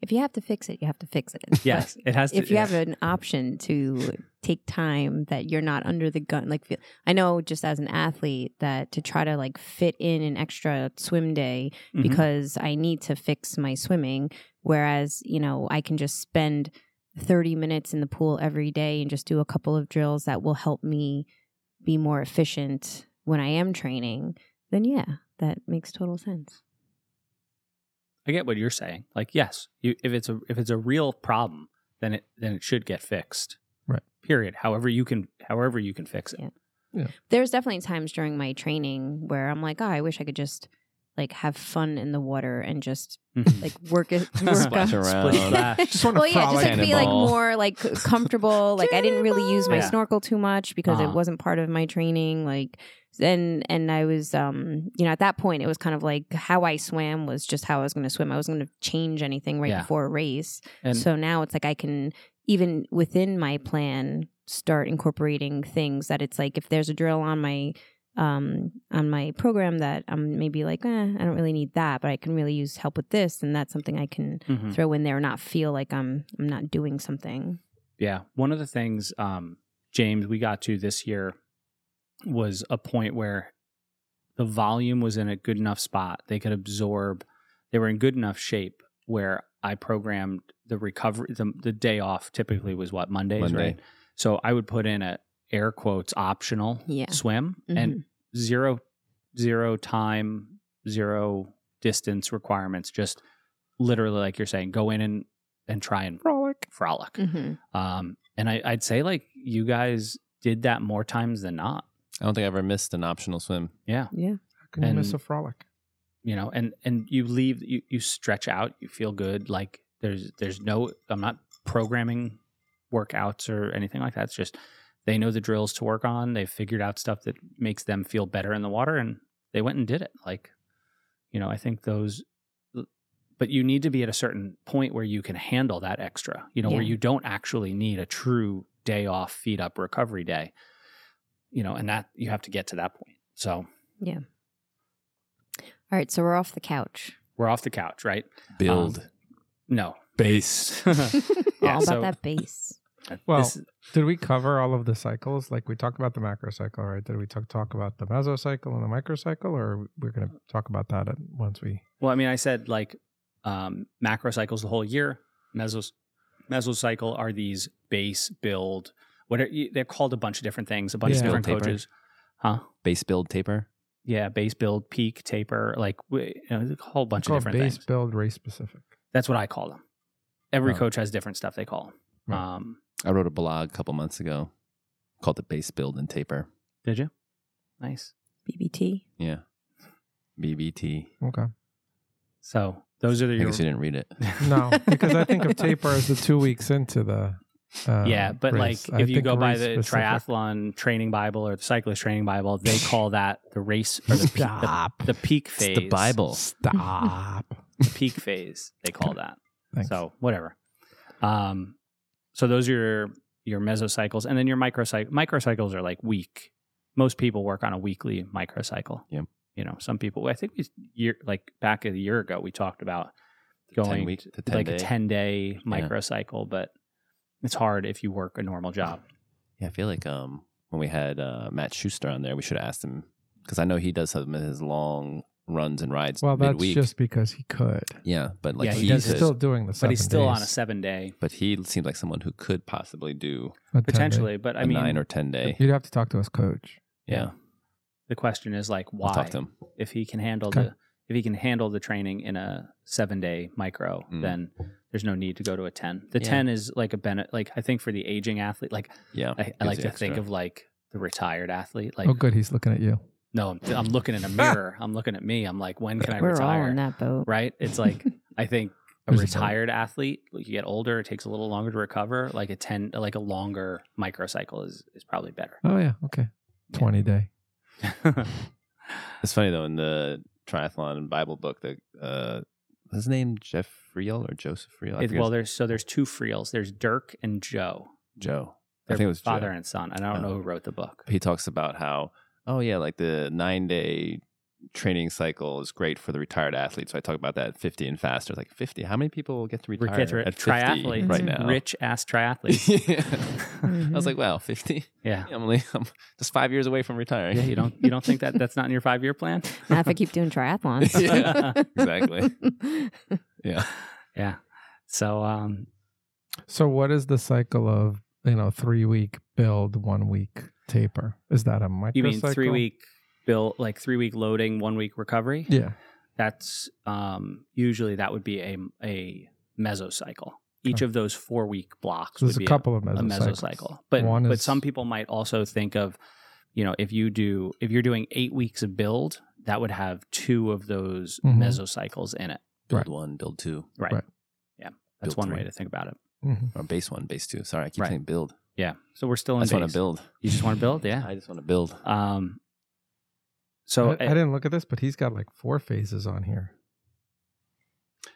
If you have to fix it, you have to fix it. But
Yes, it has to.
if you
yeah.
have an option to take time that you're not under the gun like feel, i know just as an athlete that to try to like fit in an extra swim day
Mhm.
because i need to fix my swimming whereas you know i can just spend 30 minutes in the pool every day and just do a couple of drills that will help me be more efficient when i am training then yeah that makes total sense
I get what you're saying. Like, yes, you, if it's a if it's a real problem, then it then it should get fixed.
Right.
Period. However you can however you can fix it.
Yeah. there's definitely times during my training where i'm like oh i wish i could just like have fun in the water and just
Mhm.
like work it work
Splash
on-
around.
Split splash.
Just wanna
well, yeah, just like
frolic.
be like
Cannonball.
more like comfortable. like I didn't really use my
Yeah.
snorkel too much because
Uh-huh.
it wasn't part of my training. Like and and I was um you know at that point it was kind of like how I swam was just how I was going to swim. I wasn't going to change anything right
Yeah.
before a race.
And
so now it's like I can even within my plan start incorporating things that it's like if there's a drill on my um on my program that I'm maybe like eh, I don't really need that but I can really use help with this and that's something I can
Mhm.
throw in there and not feel like I'm I'm not doing something.
Yeah. One of the things, um, James, we got to this year was a point where the volume was in a good enough spot. They could absorb, they were in good enough shape where I programmed the recovery, the, the day off typically was what, Mondays,
Monday.
right? So I would put in a air quotes optional
Yeah.
swim and zero, zero time, zero distance requirements. Just literally, like you're saying, go in and, and try and
frolic.
frolic.
Mm-hmm.
Um, and I, I'd say like you guys did that more times than not.
I don't think I ever missed an optional swim.
Yeah.
Yeah.
How can you miss
And-
a frolic?
You know, and, and you leave, you, you stretch out, you feel good. Like there's, there's no, I'm not programming workouts or anything like that. It's just, they know the drills to work on. They've figured out stuff that makes them feel better in the water and they went and did it. Like, you know, I think those, but you need to be at a certain point where you can handle that extra, you know, where
Yeah.
you don't actually need a true day off, feed up recovery day, you know, and that you have to get to that point. So
All right, so we're off the couch.
we're off the couch, right?
Build
No.
base.
Yeah,
All about
so-
that base.
Well,
This-
Did we cover all of the cycles? Like we talked about the macrocycle, right? Did we talk talk about the mesocycle and the microcycle, or we're going to talk about that at, once we?
Well, I mean, I said like um, macro cycles the whole year. Mesos, mesocycle are these base build. What are you, they're called? A bunch of different things. A bunch
Yeah.
of different
Build taper.
coaches, huh?
base build taper.
Yeah, base build, peak taper, like w- you know, a whole bunch
Call
of
it
different
base
things.
build race specific.
That's what I call them. Every
Oh.
coach has different stuff they call them.
Right.
Um,
I wrote a blog a couple months ago called the base build and taper.
did you? Nice.
BBT.
Yeah, BBT.
Okay.
So those are the
I guess you didn't read it.
No, because I think of taper as the two weeks into the. Uh,
yeah, but
race.
like
I
if you
think
go by
race
the
specific.
triathlon training bible or the cyclist training bible, they call that the race or the, peak- the,
Stop.
the peak
It's
phase.
the Bible.
Stop.
the peak phase they call that
Thanks.
so whatever um so those are your your mesocycles, and then your microcycle. Microcycles are like week. Most people work on a weekly microcycle.
Yeah.
You know, some people. I think we year like back a year ago we talked about
The
going
week, the
like a
day.
ten day
Yeah.
microcycle, but it's hard if you work a normal job.
Yeah, I feel like um when we had uh, Matt Schuster on there, we should have asked him because I know he does some of his long runs and rides
Well, that's
midweek.
just because he could.
yeah, but like
Yeah, he
he,
does
He's
it.
says-
still doing the
but he's
seven
still on a
days,
seven day
but he seems like someone who could possibly do
a 10 day.
potentially. But I
a
mean,
nine or ten day.
You'd have to talk to his coach.
yeah,
the question is like
I'll
why?
talk to him.
If he can handle
Okay.
the if he can handle the training in a seven day micro,
Mm.
then there's no need to go to a ten. The
Yeah.
ten is like a benefit. Like I think for the aging athlete, like
Yeah,
I, I
Gives
like
you
to
extra.
think of like the retired athlete. Like
oh, good. He's looking at you.
no, I'm, I'm looking in a mirror. I'm looking at me. I'm like, when can I
We're all
retire?
on that boat.
right? It's like I think a
There's a
retired athlete, like you get older, it takes a little longer to recover. Like a ten, like a longer microcycle is is probably better.
Oh yeah. Okay.
Yeah.
Twenty day.
It's funny though in the triathlon Bible book that uh, what's his name Jeff Friel or Joseph Friel. I
It-
forget
well,
his-
there's so there's two Friels. There's Dirk and Joe.
Joe. I
They're
think it was
father
Joe.
and son. And I don't
Oh.
know who wrote the book.
He talks about how oh yeah, like the nine day training cycle is great for the retired athlete. So I talk about that at fifty and faster. Like fifty, how many people get to retire
Rich,
at fifty
triathletes,
right
Mhm.
now?
rich ass triathletes.
Yeah. I was like, wow, fifty.
yeah.
I'm only I'm just five years away from retiring.
Yeah, you don't you don't think that that's not in your five year plan?
Not if I keep doing triathlons.
Yeah,
exactly. yeah.
Yeah. So um
So what is the cycle of you know three week build, one week taper? Is that a microcycle?
you mean three week bill like three week loading, one week recovery?
Yeah.
that's um, usually that would be a a mesocycle. Each
Okay.
of those four week blocks
So
would
there's a
be
couple of
a, a
mesocycles.
mesocycle. But
One
but
is-
some people might also think of, you know, if you do if you're doing eight weeks of build, that would have two of those
Mhm.
mesocycles in it.
Build
Right.
one, build two,
Right.
Right.
Yeah, that's
Build
one
three.
way to think about it.
Mhm.
or base one, base two. Sorry, I keep
Right.
saying build.
Yeah. So we're still in.
I just want
base.
to build.
You just want to build, yeah.
I just want to build.
Um. So
I, I didn't look at this, but he's got like four phases on here.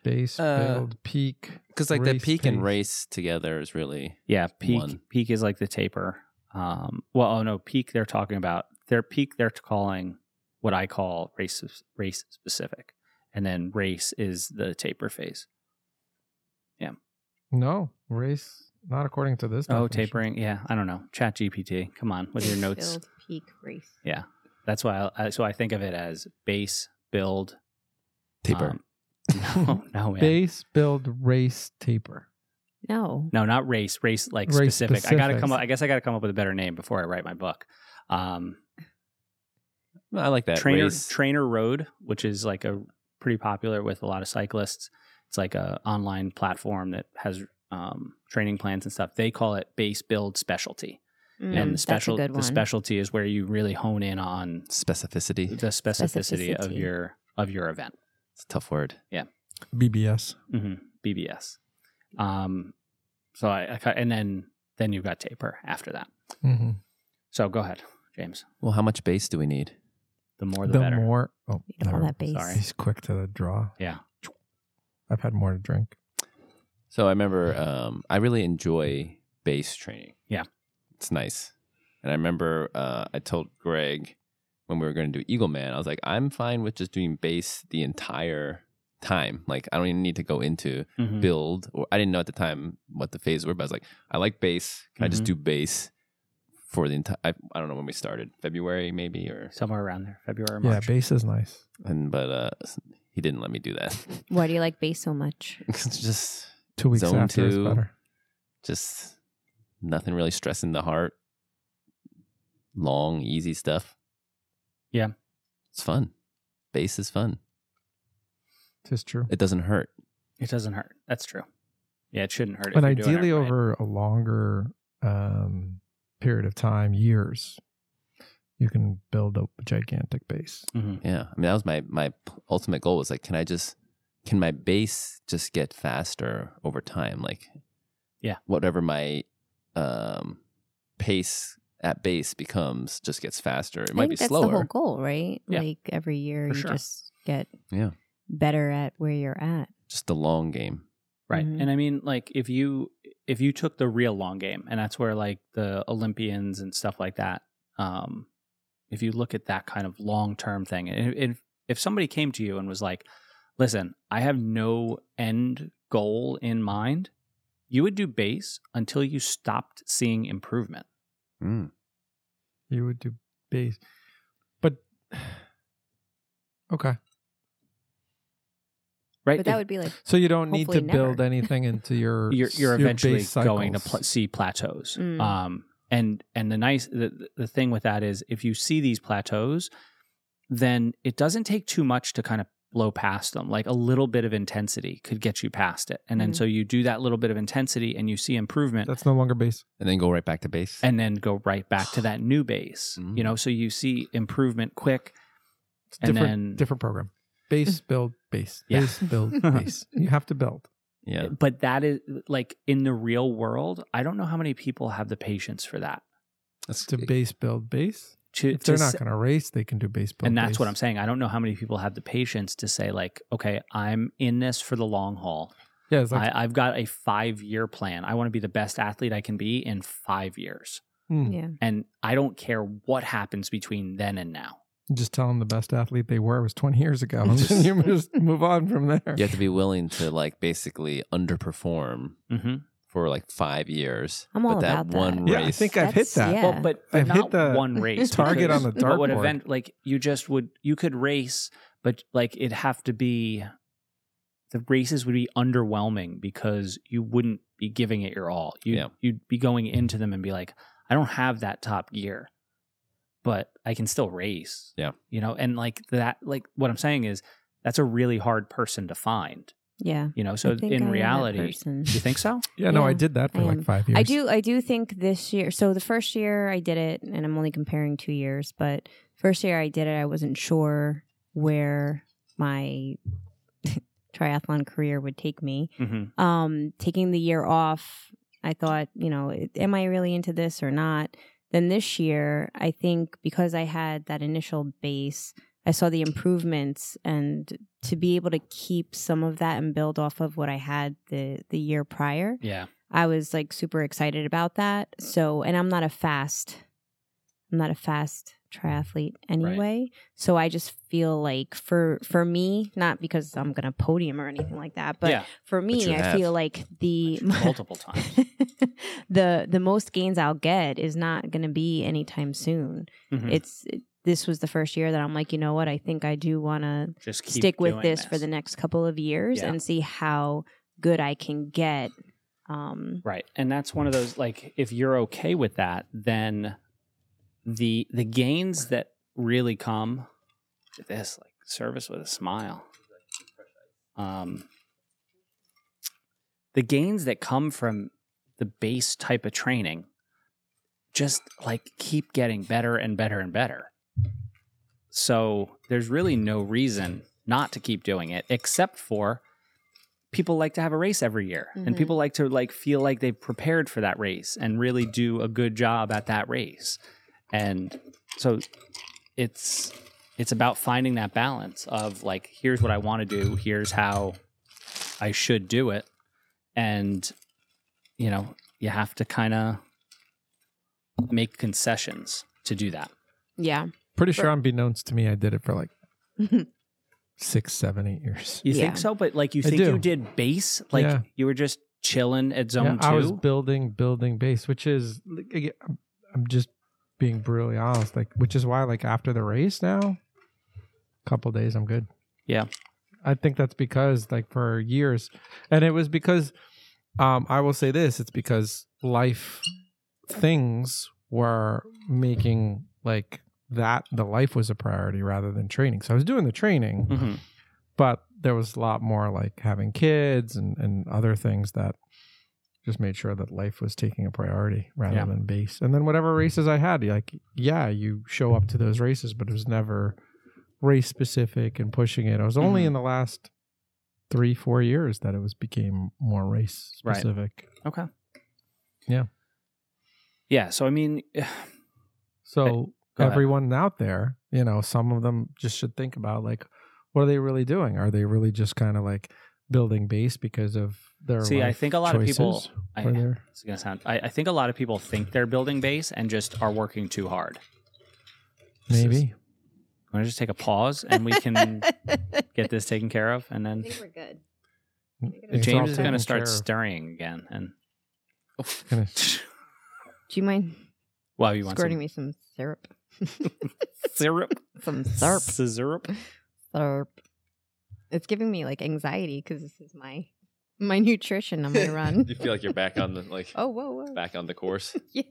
Base,
Uh,
build, peak.
Because like the
Race
peak and
pace.
race together is really
Yeah, peak
one.
peak is like the taper. Um, well, oh no, peak they're talking about their peak. They're calling what I call race race specific, and then race is the taper phase.
No race, not according to this.
Oh,
definition.
tapering. Yeah, I don't know. Chat GPT, come on with your notes.
Build peak race.
That's why. I, I- so I think of it as base build
taper.
um, no, no, man.
Base, build, race, taper.
No.
No, not race. Race like
Race
specific. I gotta
specific.
come. Up, I guess I gotta come up with a better name before I write my book. Um,
I like that.
trainer
race.
trainer road which is like a pretty popular with a lot of cyclists it's like a online platform that has um, training plans and stuff they call it base build specialty
Mm,
and the
that's
special
a good
the
one.
specialty is where you really hone in on the
specificity.
specificity, of
Specificity.
your of your event
It's a tough word.
BBS.
hmm bbs um, so I, I ca- and then then you've got taper after that
Mm-hmm.
so go ahead james
Well, how much base do we need?
the more the,
The
better
more. Oh,
You know, all
never-
that base.
Sorry.
He's quick to the draw.
Yeah.
I've had more to drink.
So I remember um, I really enjoy base training.
Yeah.
It's nice. And I remember uh, I told Greg when we were going to do Eagle Man, I was like, I'm fine with just doing base the entire time. Like, I don't even need to go into
Mhm.
build or I didn't know at the time what the phase were, but I was like, I like bass. Can I just
Mhm.
do bass for the entire? I, I don't know when we started, February maybe, or
somewhere around there february or
Yeah,
march
base is nice.
and but uh, s- he didn't let me do that.
Why do you like base so much?
it's just
Two weeks
Zone
after is
two.
better.
just nothing really stressing the heart. Long, easy stuff.
Yeah.
it's fun. Bass is fun.
Tis true.
It doesn't hurt.
it doesn't hurt that's true yeah it shouldn't hurt if
but
you're doing it
ideally
right.
over a longer um, period of time, years, you can build a gigantic base.
Mhm.
Yeah, I mean that was my my p- ultimate goal was like, can I just can my base just get faster over time? Like,
Yeah.
whatever my um pace at base becomes just gets faster. It
I
might
think
be
that's
slower.
the whole goal, right?
Yeah.
Like every year
For
you
sure.
just get
Yeah.
better at where you're at.
Just the long game.
Right.
Mhm.
And I mean, like, if you, if you took the real long game, and that's where like the Olympians and stuff like that, um, if you look at that kind of long term thing, and if, if somebody came to you and was like, listen, I have no end goal in mind, you would do base until you stopped seeing improvement.
Mm.
You would do base. But okay.
Right?
But that would be like
So you don't need to
Hopefully
build
never.
anything into your
you're, you're
your
eventually
base
going to
cycles.
pl- see plateaus.
Mm.
Um, and and the nice the, the thing with that is if you see these plateaus, then it doesn't take too much to kind of blow past them. Like a little bit of intensity could get you past it, and then
Mhm.
so you do that little bit of intensity and you see improvement,
That's no longer base.
And then go right back to base.
and then go right back to that new base. You
Mm.
know, so you see improvement quick,
It's
And
different
then-
different program. Base build base.
Yeah.
Base build base. You have to build.
yeah.
but that is like in the real world. I don't know how many people have the patience for that.
That's
To base build base.
To,
If they're
to
not
se-
going to race, they can do base build.
and that's what
base.
I'm saying. I don't know how many people have the patience to say like, okay, I'm in this for the long haul.
Yeah, it's like
I, I've got a five year plan. I want to be the best athlete I can be in five years,
hmm,
yeah.
and I don't care what happens between then and now.
just tell them the best athlete they were was 20 years ago, and
Just-
then you just move on from there.
You have to be willing to like basically underperform
Mm-hmm.
for like five years.
I'm all
but that
about that.
one
Yeah, I
race.
think I've hit
That's-
that.
yeah.
Well, but, but
I've
not
hit the
one race
target
because-
on the
But what
dartboard.
event? Like you just would you could race, but like it'd have to be the races would be underwhelming because you wouldn't be giving it your all. You
Yeah.
you'd be going into them and be like, I don't have that top gear, but I can still race.
Yeah.
you know, and like that, like what I'm saying is that's a really hard person to find.
Yeah.
You know,
I
so
think I
in
am that
reality,
person.
you think so?
Yeah, no, I
Yeah,
did that for
I
like
am.
five years.
I do I do think this year so the first year I did it and I'm only comparing two years, but first year I did it I wasn't sure where my triathlon career would take me.
Mm-hmm.
Um taking the year off, I thought, you know, am I really into this or not? Then this year, I think because I had that initial base, I saw the improvements and to be able to keep some of that and build off of what I had the the year prior.
Yeah.
I was like super excited about that. So, and I'm not a fast, I'm not a fast triathlete anyway. So I just feel like for for me, not because I'm gonna podium or anything like that, but
yeah.
for
you
me, I
have.
feel like the
Multiple times.
the the most gains I'll get is not gonna be anytime soon.
Mhm.
It's it, this was the first year that I'm like, you know what? I think I do want to
Just keep
stick with
doing
this, for the next couple of years
Yeah.
and see how good I can get. Um,
Right. And that's one of those like if you're okay with that, then the the gains that really come to this like service with a smile. Um the gains that come from the base type of training just like keep getting better and better and better. So there's really no reason not to keep doing it except for people like to have a race every year and
Mhm.
people like to like feel like they've prepared for that race and really do a good job at that race. And so it's it's about finding that balance of like here's what I want to do, here's how I should do it and you know, you have to kind of make concessions to do that.
yeah.
Hmm.
Pretty sure, unbeknownst to me, I did it for like six, seven, eight years.
You
Yeah.
think so? But like you
I
think you
do.
did base? Like
Yeah.
you were just chilling at
Yeah,
zone
I was
two?
building, building base, which is, like, again, I'm- I'm just being brutally honest, like, which is why, like, after the race now, couple days, I'm good.
Yeah.
I think that's because, like, for years, and it was because, um, I will say this, it's because life things were making, like, that the life was a priority rather than training. So I was doing the training,
Mhm.
but there was a lot more like having kids and, and other things that just made sure that life was taking a priority rather
Yeah.
than base. And then whatever races I had, like, yeah, you show up to those races, but it was never race specific and pushing it. It was only
Mhm.
in the last three, four years that it was became more race
Right. Eh,
specific.
Okay.
Yeah.
Yeah. So I mean,
So
Go ahead.
everyone out there, you know, some of them just should think about like, what are they really doing? Are they really just kind of like building base because of their
See, I
life
think a lot of people.
choices
I,
or their-
it's gonna sound. I, I think a lot of people think they're building base and just are working too hard.
maybe
I'm gonna just take a pause and we can get this taken care of, and
I
then
think we're good.
It's all
James is gonna
taken
start
care of.
stirring again. And
Gonna-
Do you mind
wow, you want
squirting
some
me some syrup?
syrup?
some syrup.
Syrup.
Syrup. It's giving me like anxiety because this is my my nutrition. I'm gonna run.
you feel like you're back on the like
Oh whoa whoa.
back on the course.
Yeah.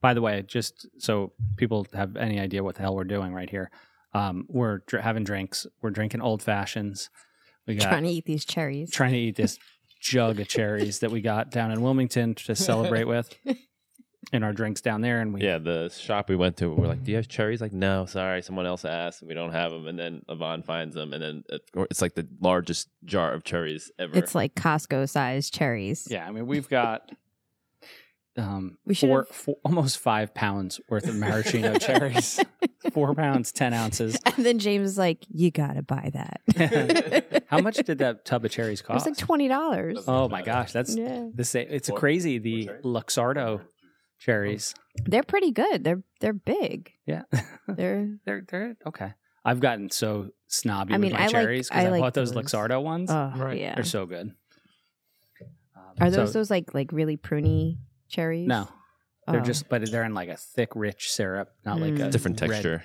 By the way, just so people have any idea what the hell we're doing right here, um, we're dr- having drinks. We're drinking old fashions. We got
Trying to eat these cherries.
trying to eat this jug of cherries that we got down in Wilmington to celebrate with, and our drinks down there. And we
Yeah, the shop we went to, we're like, "Do you have cherries?" Like, no, sorry, someone else asked. We don't have them. And then Yvonne finds them, and then of course, it's like the largest jar of cherries ever.
It's like Costco sized cherries.
Yeah, I mean, we've got um,
We should
four,
have-
four, almost five pounds worth of maraschino cherries, four pounds, 10 ounces.
And then James is like, "You gotta buy that."
How much did that tub of cherries
It was
cost?
like twenty dollars.
oh my gosh, that's
Yeah,
the same. It's
Four-
crazy. The
cherries?
Luxardo cherries.
they're pretty good. They're they're big.
Yeah.
They're
they're, they're okay. I've gotten so snobby
I
with
mean,
my
I like-
cherries because
I
I,
like
bought those,
those.
Luxardo ones.
oh
Right.
yeah.
They're so good. Um,
Are those
so-
those like like really pruny cherries?
No, they're
Oh.
just, but they're in like a thick, rich syrup, not like
Mm.
a
different
red-
texture.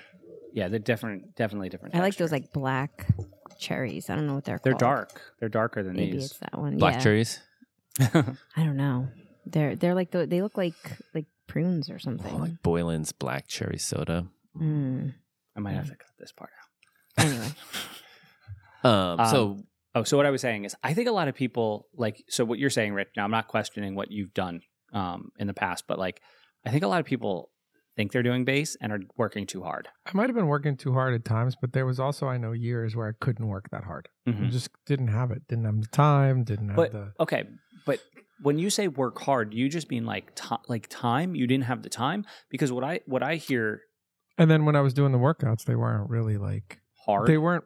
Yeah, they're different, definitely different.
I like those
texture.
like black cherries. I don't know what they're
They're
called.
dark. They're darker than
Maybe it's
these.
that one.
Black
yeah.
cherries.
I don't know. They're they're like the, they look like like prunes or something.
Oh, like Boylan's black cherry soda.
Mm.
I might have to cut this part out.
Anyway,
Um,
Um,
so
Oh, so what I was saying is, I think a lot of people like. So what you're saying, Rick. Now I'm not questioning what you've done um, in the past, but like, I think a lot of people think they're doing bass and are working too hard.
I might have been working too hard at times, but there was also I know years where I couldn't work that hard.
Mm-hmm.
I just didn't have it. Didn't have the time. Didn't have
But
the
okay, but when you say work hard, you just mean like ti like time. You didn't have the time because what I what I hear
And then when I was doing the workouts, they weren't really like
hard.
they weren't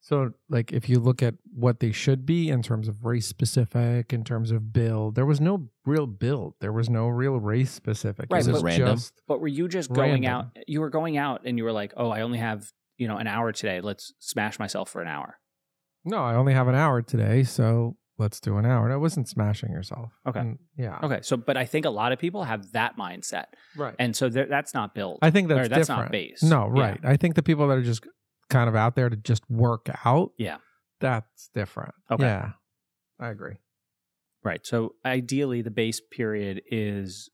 so like if you look at what they should be in terms of race specific, in terms of build, there was no real build. There was no real race specific.
Right,
it was
but-
Random.
just
but were you just going
Random.
out? You were going out and you were like, oh, I only have you know an hour today. Let's smash myself for an hour.
no, I only have an hour today, so let's do an hour. And I wasn't smashing yourself.
Okay.
And, yeah.
Okay, so but I think a lot of people have that mindset,
Right.
and so there- that's not built.
I think that's
or that's
different.
not base.
No,
Yeah.
right. I think the people that are just kind of out there to just work out.
Yeah.
That's different.
Okay.
Yeah. I agree.
Right. So ideally, the base period is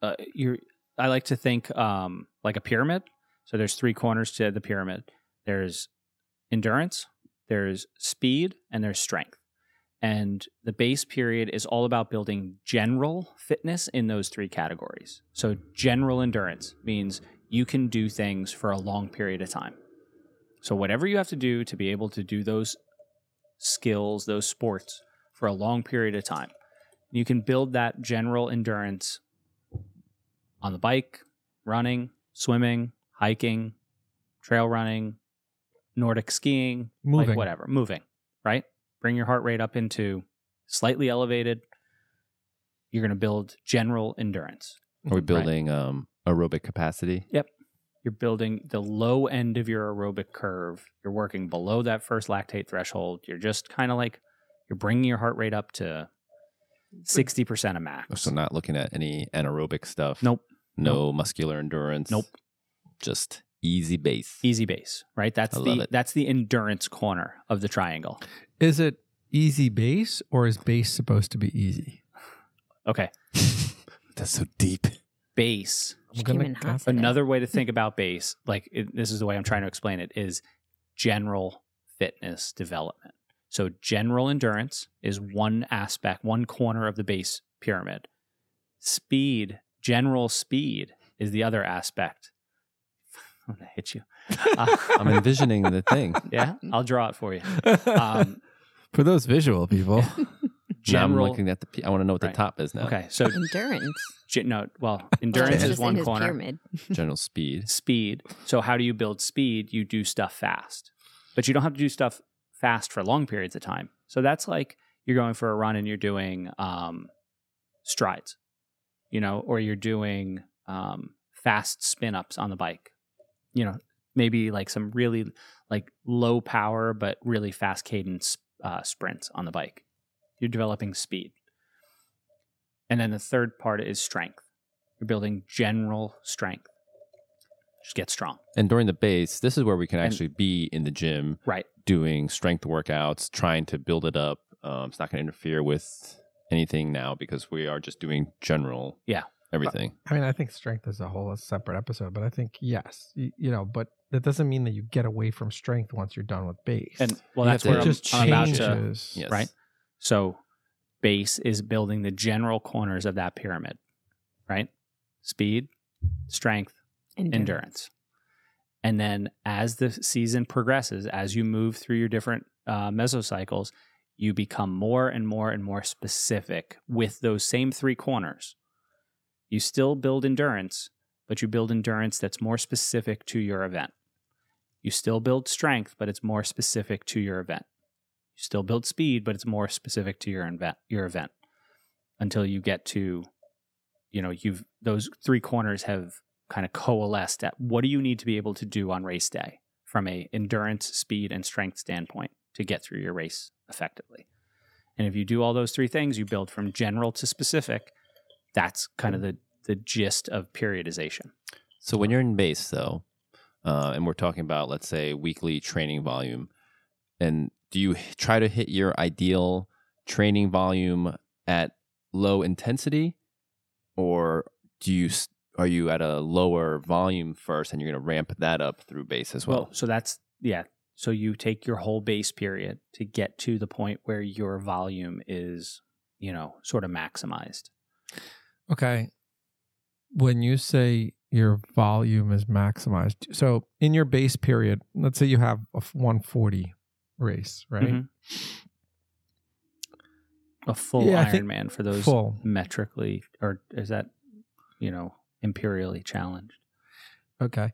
uh, you're. I like to think um, like a pyramid. So there's three corners to the pyramid. There's endurance, there's speed, and there's strength. And the base period is all about building general fitness in those three categories. So general endurance means you can do things for a long period of time. So whatever you have to do to be able to do those skills, those sports for a long period of time. You can build that general endurance on the bike, running, swimming, hiking, trail running, Nordic skiing,
Moving.
like whatever, moving, right? Bring your heart rate up into slightly elevated. You're going to build general endurance.
are we building um, aerobic capacity?
You're building the low end of your aerobic curve. You're working below that first lactate threshold. You're just kind of like, you're bringing your heart rate up to 60% of max.
So not looking at any anaerobic stuff.
Nope.
No muscular endurance.
Nope. E
Just easy base.
easy base, right? That's
I love
the
it.
that's the endurance corner of the triangle.
Is it easy base or is base supposed to be easy?
Okay,
That's so deep.
base.
she came in hot. today.
Another way to think about base, like it, this is the way I'm trying to explain it, is general fitness development. So general endurance is one aspect, one corner of the base pyramid. Speed, general speed, is the other aspect. I'm gonna hit you. Uh,
I'm envisioning the thing.
yeah, I'll draw it for you. Um,
For those visual people,
Now I'm
general.
looking at the. P- I want to know what
Right.
the top is now.
Okay, so
endurance.
ge- no, well,
Well,
endurance
that's
is
just in
one
his
corner.
Pyramid.
General speed.
speed. So how do you build speed? You do stuff fast. But you don't have to do stuff fast for long periods of time. So that's like you're going for a run and you're doing um, strides, you know, or you're doing um, fast spin ups on the bike, you know, maybe like some really like low power but really fast cadence uh, sprints on the bike. You're developing speed. And then the third part is strength. You're building general strength. Just get strong.
And during the base, this is where we can
And-
actually be in the gym,
Right.
Doing strength workouts, trying to build it up. Um, it's not going to interfere with anything now because we are just doing general,
Yeah. Uh,
everything.
I mean, I think strength is a whole separate episode, but I think yes, you, you know, but that doesn't mean that you get away from strength once you're done with base.
And well,
You
that's
have
where
to-
I'm,
It
just
I'm about to.
changes.
yes,
right? So, base is building the general corners of that pyramid, right? Speed, strength, endurance. And then as the season progresses, as you move through your different uh, mesocycles, you become more and more and more specific with those same three corners. You still build endurance, but you build endurance that's more specific to your event. You still build strength, but it's more specific to your event. You still build speed, but it's more specific to your event, your event until you get to you know, you've those three corners have kind of coalesced at what do you need to be able to do on race day from a endurance, speed, and strength standpoint to get through your race effectively. And if you do all those three things, you build from general to specific. That's kind of the the gist of periodization.
So when you're in base, though, uh, and we're talking about let's say weekly training volume, and do you h- try to hit your ideal training volume at low intensity, or do you s- are you at a lower volume first, and you're going to ramp that up through base as well?
so that's yeah. So you take your whole base period to get to the point where your volume is, you know, sort of maximized.
Okay. When you say your volume is maximized, so in your base period, let's say you have a f- 140 race, right?
Mhm. A full
Yeah, I
Iron
think
Man for those
Full.
metrically, or is that, you know, imperially challenged?
Okay.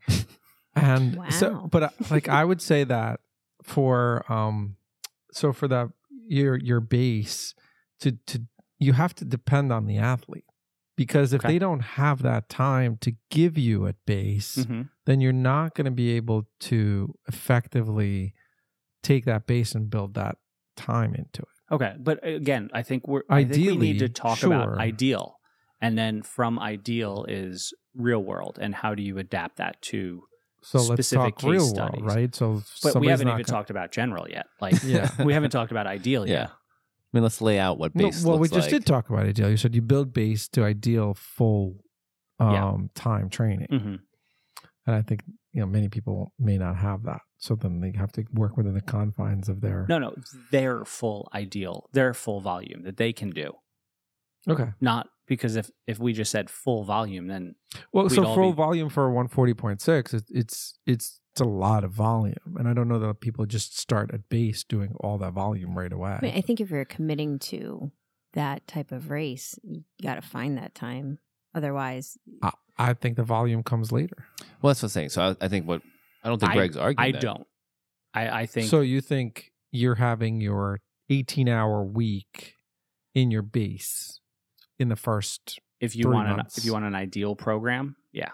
And so
Wow.
but uh, like I would say that for um so for the your your base to to you have to depend on the athlete because if
Okay.
they don't have that time to give you at
Mm-hmm.
base then you're not going to be able to effectively take that base and build that time into it.
Okay, but again, I think we're I think we need to
Ideally,
talk about
sure.
ideal, and then from ideal is real world, and how do you adapt that to?
So let's
Specific
talk real
case
world,
studies.
right? So if
But we
somebody's
haven't
not
even
gonna-
talked about general yet. Like
Yeah.
we haven't talked about ideal
yeah.
yet.
I mean, let's lay out what
No,
base.
well, we
looks
just
like.
did talk about ideal. You said you build base to ideal full um,
Yeah.
time training,
hmm
and I think you know many people may not have that. So then they have to work within the confines of their
No, no, their full ideal, their full volume that they can do.
okay.
Not because if if we just said full volume, then
Well,
We'd
so
all
full
be-
volume for one forty point six, it's it's it's it's a lot of volume, and I don't know that people just start at base doing all that volume right away.
I, mean, I think if you're committing to that type of race, you got to find that time. Otherwise,
I think the volume comes later.
Well, that's what I'm saying. So I, I think what I don't think
I-
Greg's arguing.
I
that.
don't. I, I think
so you think you're having your 18 hour week in your base in the first.
if you
three
want an,
months.
if you want an ideal program, yeah,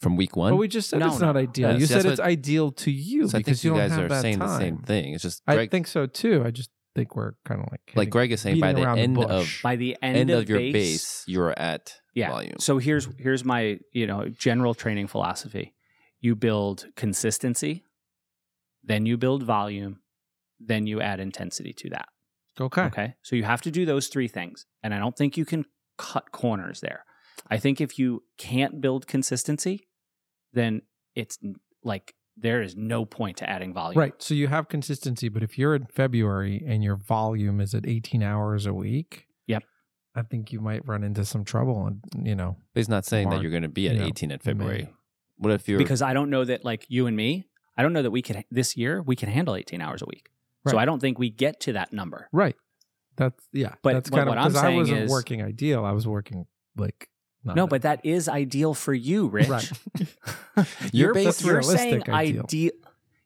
from week one.
But we just said
No,
it's
no,
not
no.
ideal.
Yeah,
you
so
said
that's
it's
what-
ideal to you
so I
because
think
you
you
don't
guys
have
are
that
saying
time.
the same thing. It's just
I
Greg,
think so too. I just think we're kind of like
like
hitting-
Greg is saying, by
beating
the
around the
end of
bush.
by the end,
end, of, your base, you're at
yeah.
volume.
So here's here's my you know general training philosophy: you build consistency, then you build volume, then you add intensity to that.
okay.
Okay. So you have to do those three things. And I don't think you can cut corners there. I think if you can't build consistency, then it's n- like there is no point to adding volume.
Right. So you have consistency, but if you're in February and your volume is at 18 hours a week,
Yep.
I think you might run into some trouble. And you know,
But He's not saying that
Mark,
you're going to be at
you know,
18 at February.
May.
What if you're
Because I don't know that like you and me, I don't know that we could this year we can handle 18 hours a week. So
Right.
I don't think we get to that number.
right? That's yeah.
But
that's
what-
kind
what
of
I'm
I
saying
wasn't
is-
working ideal. I was working like not
No, but that is ideal for you, Rich.
Right.
you're
Your base
you're saying
realistic ideal.
ideal.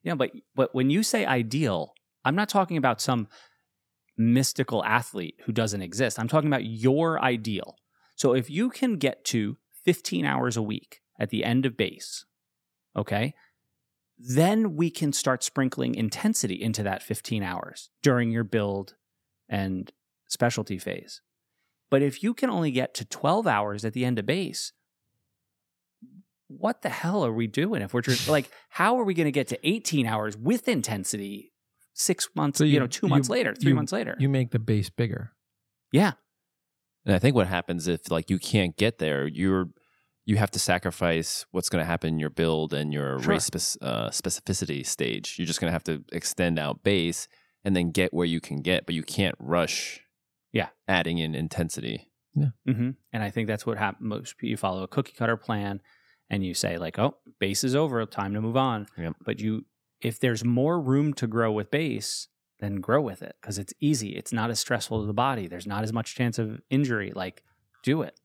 Yeah, but but when you say ideal, I'm not talking about some mystical athlete who doesn't exist. I'm talking about your ideal. So if you can get to 15 hours a week at the end of base, okay, then we can start sprinkling intensity into that 15 hours during your build and specialty phase. But if you can only get to 12 hours at the end of base, what the hell are we doing if we're just like how are we going to get to 18 hours with intensity 6 months
So
you,
you-
know 2 months
you-
later 3
you-
months later
You make the base bigger.
yeah
And I think what happens if like you can't get there, you're you have to sacrifice what's going to happen in your build and your
Sure.
race spec- uh, specificity stage. You're just going to have to extend out base and then get where you can get, but you can't rush.
Yeah.
adding in intensity.
hmm And I think that's what happens. Most people you follow a cookie cutter plan, and you say like, "Oh, base is over. Time to move on."
Yep.
But you, if there's more room to grow with base, then grow with it because it's easy. It's not as stressful to the body. There's not as much chance of injury. Like, do it.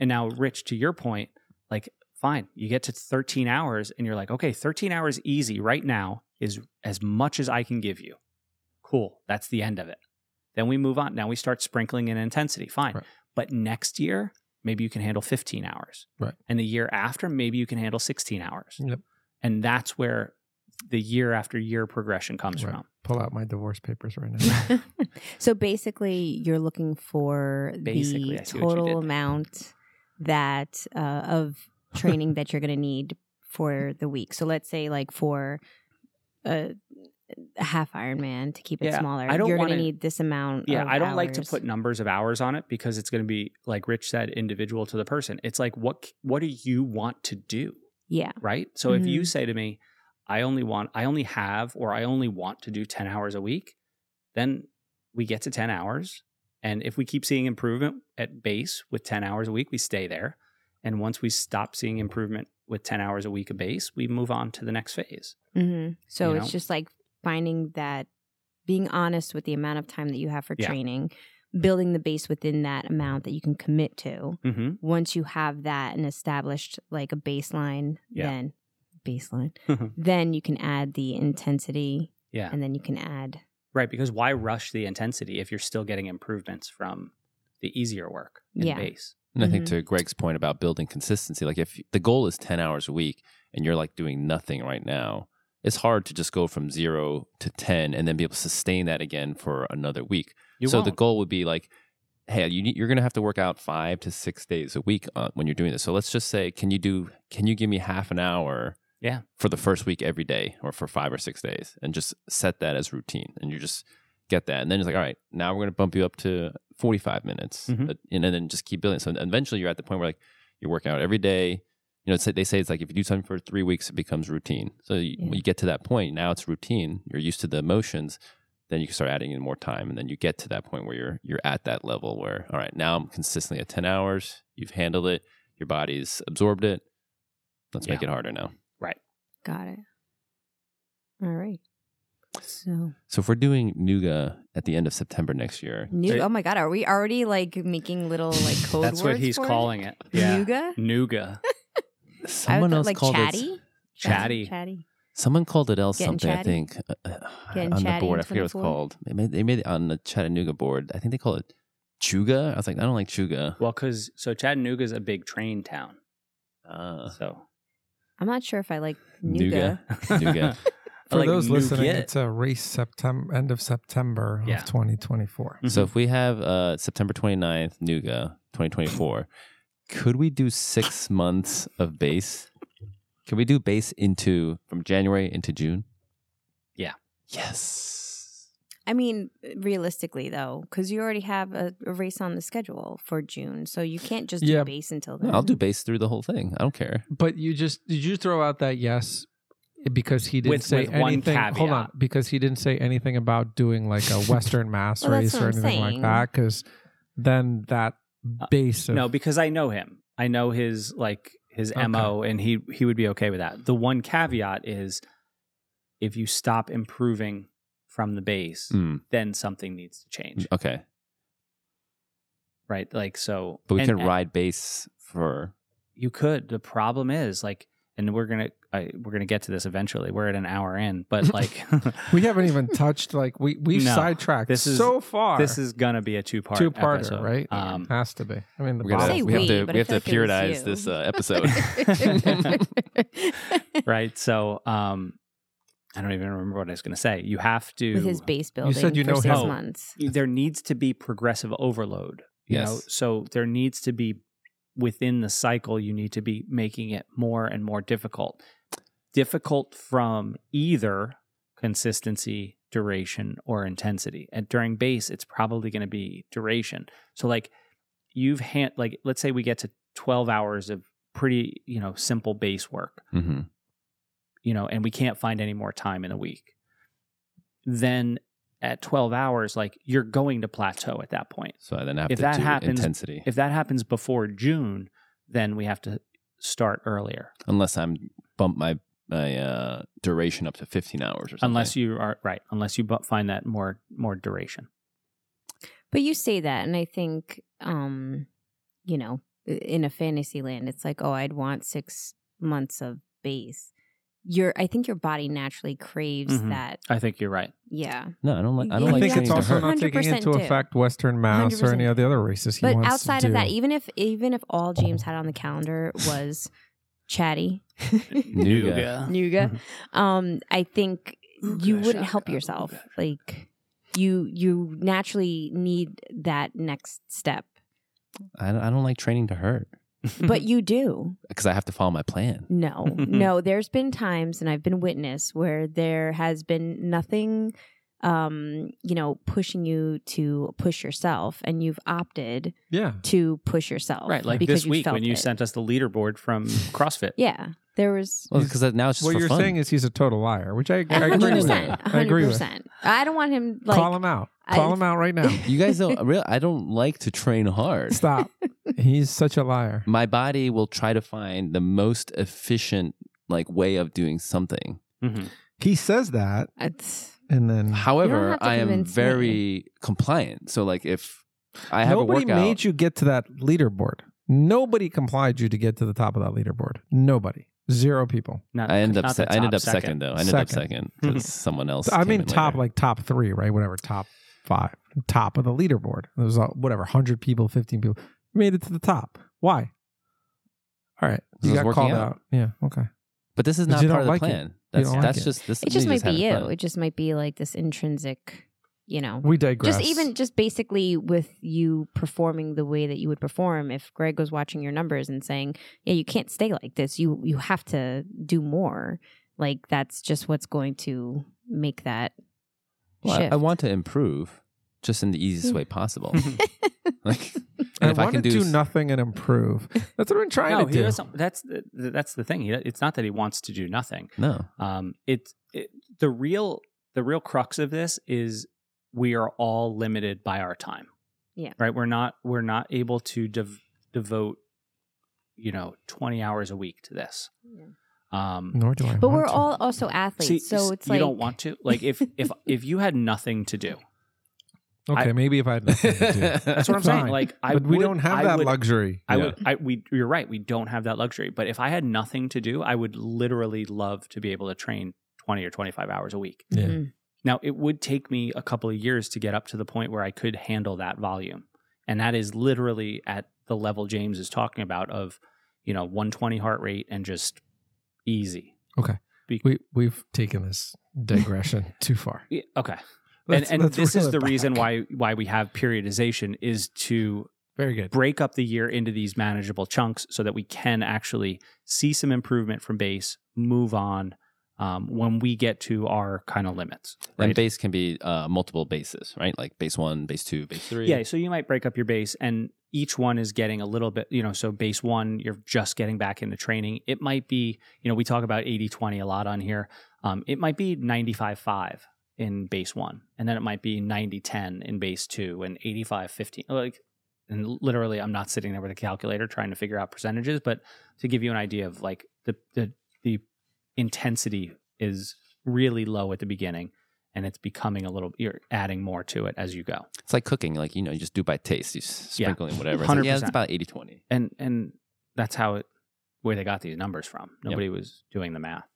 And now, Rich, to your point, like, fine, you get to 13 hours, and you're like, okay, 13 hours easy right now is as much as I can give you. Cool. That's the end of it. Then we move on. Now we start sprinkling in intensity. Fine but next year maybe you can handle 15 hours
Right.
and the year after maybe you can handle 16 hours
Yep.
and that's where the year after year progression comes
Right.
from
Pull out my divorce papers right now.
So basically, you're looking for
Basically, I
the
see what you did
total
there.
amount that uh, of training that you're going to need for the week. So let's say, like for a, a half Ironman to keep it
Yeah,
smaller,
I don't
you're going to
wanna-
need this amount.
yeah
of
i don't like to
Oh, hours.
put numbers of hours on it because it's going to be like rich said individual to the person it's like what what do you want to do
Yeah,
right? So if you
Mhm.
say to me, I only want, I only have, or I only want to do 10 hours a week, then we get to 10 hours. And if we keep seeing improvement at base with 10 hours a week, we stay there. And once we stop seeing improvement with 10 hours a week of base, we move on to the next phase.
hmm So
You
it's
know?
just like finding that, being honest with the amount of time that you have for
Yeah.
training, building the base within that amount that you can commit to.
Mm-hmm.
Once you have that and established like a baseline,
Yeah.
then baseline, then you can add the intensity
Yeah.
and then you can add.
Right. Because why rush the intensity if you're still getting improvements from the easier work in
Yeah.
base?
And I
Mm-hmm.
think to Greg's point about building consistency, like if the goal is 10 hours a week and you're like doing nothing right now, it's hard to just go from zero to 10 and then be able to sustain that again for another week.
You
so the
won't.
goal would be like, hey, you need, you're going to have to work out five to six days a week uh, when you're doing this. So let's just say, can you do, can you give me half an hour?
Yeah.
For the first week every day or for five or six days and just set that as routine. And you just get that. And then it's like, all right, now we're going to bump you up to 45 minutes
Mm-hmm.
Mhm.
uh, and then just keep building. So eventually you're at the point where like you're working out every day. You know, it's, like- they say it's like if you do something for three weeks, it becomes routine. So you,
Yeah.
when you get to that point, now it's routine. You're used to the emotions. Then you can start adding in more time, and then you get to that point where you're you're at that level where all right, now I'm consistently at 10 hours. You've handled it. Your body's absorbed it. Let's make
Yeah.
it harder now.
Got it. All right. So,
So if we're doing Nuga at the end of September next year,
new.
Right.
Oh my God, are we already like making little like code
That's what
words
he's
for it?
calling it. Yeah.
Nuga?
Nuga.
I would
someone
thought,
else
like
called it
chatty?
Chatty.
Chatty.
Someone called it else
Getting
something, I
chatty?
think, uh, uh,
Getting
on the
chatty
board.
in
I forget what it's
24?
called. They made, they made it on the Chattanooga board. I think they call it Chuga. I was like, I don't like Chuga.
Well, because so Chattanooga's a big train town.
Uh,
So
I'm not sure if I like Nuga.
Nuga. Nougat.
I
For
like
those listening,
nougat.
it's a race September end of September
Yeah.
of 2024.
Mhm.
So if we have uh, September 29th, Nuga 2024, could we do six months of base? Can we do base into from January into June?
Yeah.
Yes.
I mean, realistically though, because you already have a, a race on the schedule for June, so you can't just
Yeah.
do base until then.
No, I'll do base through the whole thing. I don't care.
But you just did you throw out that yes because he didn't
With-
say
with one
anything. Hold on,
caveat.
because he didn't say anything about doing like a Western Mass
Well, that's
race or
what I'm
anything like
saying.
that. Because then that
Uh,
base of
no, because I know him. I know his like his
Okay.
mo, and he he would be okay with that. The one caveat is if you stop improving from the base,
Mm,
then something needs to change,
okay.
right? Like so,
But we
and-
can
and
ride base for
You could. The problem is like and we're gonna I, we're gonna get to this eventually. We're at an hour in, but like
We haven't even touched like we we've
No.
sidetracked
This is-
so far.
this is gonna be a two part
two parter,
episode.
right?
Um,
Has to be. I mean, the
We're
gonna-
bottom-
Say
we
we,
have to
but I
we have to
feel like it
periodize
was
this
you.
uh, episode.
right. So um, I don't even remember what I was gonna say. You have to.
With his base building
said you
for
know
six
him.
months.
there needs to be progressive overload. You know,
yes.
so there needs to be within the cycle. You need to be making it more and more difficult. Difficult from either consistency, duration, or intensity. And during base, it's probably going to be duration. So like you've hand like let's say we get to twelve hours of pretty you know simple base work
hmm
you know, and we can't find any more time in a week, then at 12 hours, like you're going to plateau at that point.
So I then have
If
to
that
do
happens-
intensity.
If that happens before June, then we have to start earlier,
unless I'm bump my my uh, duration up to 15 hours or something.
unless you are right, unless you bu- find that more more duration.
But you say that, and I think, um, you know, in a fantasy land, it's like, oh, I'd want six months of base. Your, I think your body naturally craves
Mm-hmm.
Mhm.
that.
I think you're right.
Yeah,
no, I don't like. I don't
Yeah,
I
like.
think it's
saying to
also
her,
not taking
100%
into
do.
effect Western Mass or
100%.
any of the other races he
but
wants
outside
to
of
do.
that, e- even if even if all James had on the calendar was chatty,
Nuga.
Nuga.
Mm-hmm.
Um, I think you
Ooga
wouldn't help
shaka,
yourself.
ooga
Like you you naturally need that next step.
Mm-hmm.
I don't, I don't like training to hurt
But you do.
because I have to follow my plan.
No. no, there's been times and I've been witness where there has been nothing um, you know, pushing you to push yourself and you've opted
yeah,
to push yourself.
right, like
because
this week
felt
when you
it.
sent us the leaderboard from CrossFit.
Yeah. There was
Well, because now it's just
what
for
you're
fun.
saying is he's a total liar, which I, I agree with.
100%.
I agree with.
100%. I don't want him like
Call him out.
I-
Call him out right now.
you guys don't. Real, I don't like to train hard.
Stop. he's such a liar.
My body will try to find the most efficient like way of doing something.
Mhm.
He says that,
It's-
and then
However,
have to
I am
convince me.
very compliant. So like if I have
nobody
a workout,
made you get to that leaderboard. Nobody complied you to get to the top of that leaderboard. Nobody. Zero people.
Not,
I ended up.
not
Se-
the
I ended
top
up second, though. I ended up second
Second.
because someone else.
I
came
mean,
in
top
later.
like top three, right? Whatever, top five, top of the leaderboard. There's uh, whatever, hundred people, fifteen people You made it to the top. Why? All right,
I
you
was
got
working
called
out.
out. Yeah, okay.
But this is
But
not
you
part
don't
of the
like it.
plan.
You
That's
don't
that's
like it.
just this.
It
is
just
me
might be you.
having fun.
It just might be like this intrinsic, you know.
We digress.
Just even just basically with you performing the way that you would perform if Greg was watching your numbers and saying, "Yeah, you can't stay like this. You you have to do more." Like that's just what's going to make that
Well, I, I
shift.
want to improve, just in the easiest way possible. like,
I
and if I
want
can do,
to do
s-
nothing and improve. That's what I'm trying
No,
to
he
do.
doesn't. That's the, that's the thing. He, it's not that he wants to do nothing.
no,
um, it, it the real the real crux of this is we are all limited by our time
Yeah.
right we're not we're not able to dev- devote you know 20 hours a week to this
Yeah.
um
Nor do I.
but
want
we're
to.
all also athletes,
see,
so it's
you
like
don't want to like if if if you had nothing to do
okay. maybe if I had nothing to do.
that's what i'm
Fine.
saying like i
but we
would-
don't have
I
that
would-
luxury.
I
Yeah.
would, I, we, you're right. We don't have that luxury. But if I had nothing to do, I would literally love to be able to train 20 or 25 hours a week.
Yeah.
Mm.
Now, it would take me a couple of years to get up to the point where I could handle that volume. And that is literally at the level James is talking about of, you know, 120 heart rate and just easy.
We we've taken this digression too far.
Yeah, Okay.
Let's-
and and
let's
this
reel
is
it
the reason
back.
why why we have periodization is to
Very good.
break up the year into these manageable chunks so that we can actually see some improvement from base, move on um, when we get to our kind of limits.
and
Right.
base can be uh, multiple bases, right? Like base one, base two, base three.
Yeah, so you might break up your base and each one is getting a little bit, you know, so base one, you're just getting back into training. It might be, you know, we talk about 80 20 a lot on here. Um, it might be 95 5 in base one, and then it might be 90 10 in base two and 85 15. Like, and literally, I'm not sitting there with a calculator trying to figure out percentages, but to give you an idea of like the, the, the intensity is really low at the beginning and it's becoming a little, you're adding more to it as you go.
It's like cooking, like you know, you just do by taste. You s-
Yeah.
sprinkle in whatever. It's like, yeah, it's
100%.
about 80 20.
and and that's how it where they got these numbers from.
Yep.
Nobody was doing the math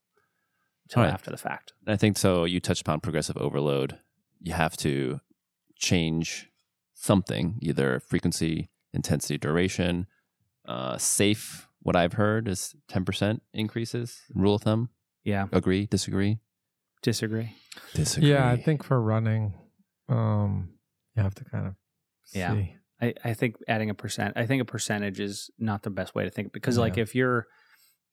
until
Right.
after the fact.
And I think so. You touched upon progressive overload. You have to change something, either frequency, intensity, duration. Uh, safe, what I've heard is 10% increases, rule of thumb.
Yeah,
Agree, disagree?
disagree.
Disagree.
Yeah, I think for running, um, you have to kind of
Yeah.
see.
I, I think adding a percent, I think a percentage is not the best way to think because, like,
Yeah.
if you're,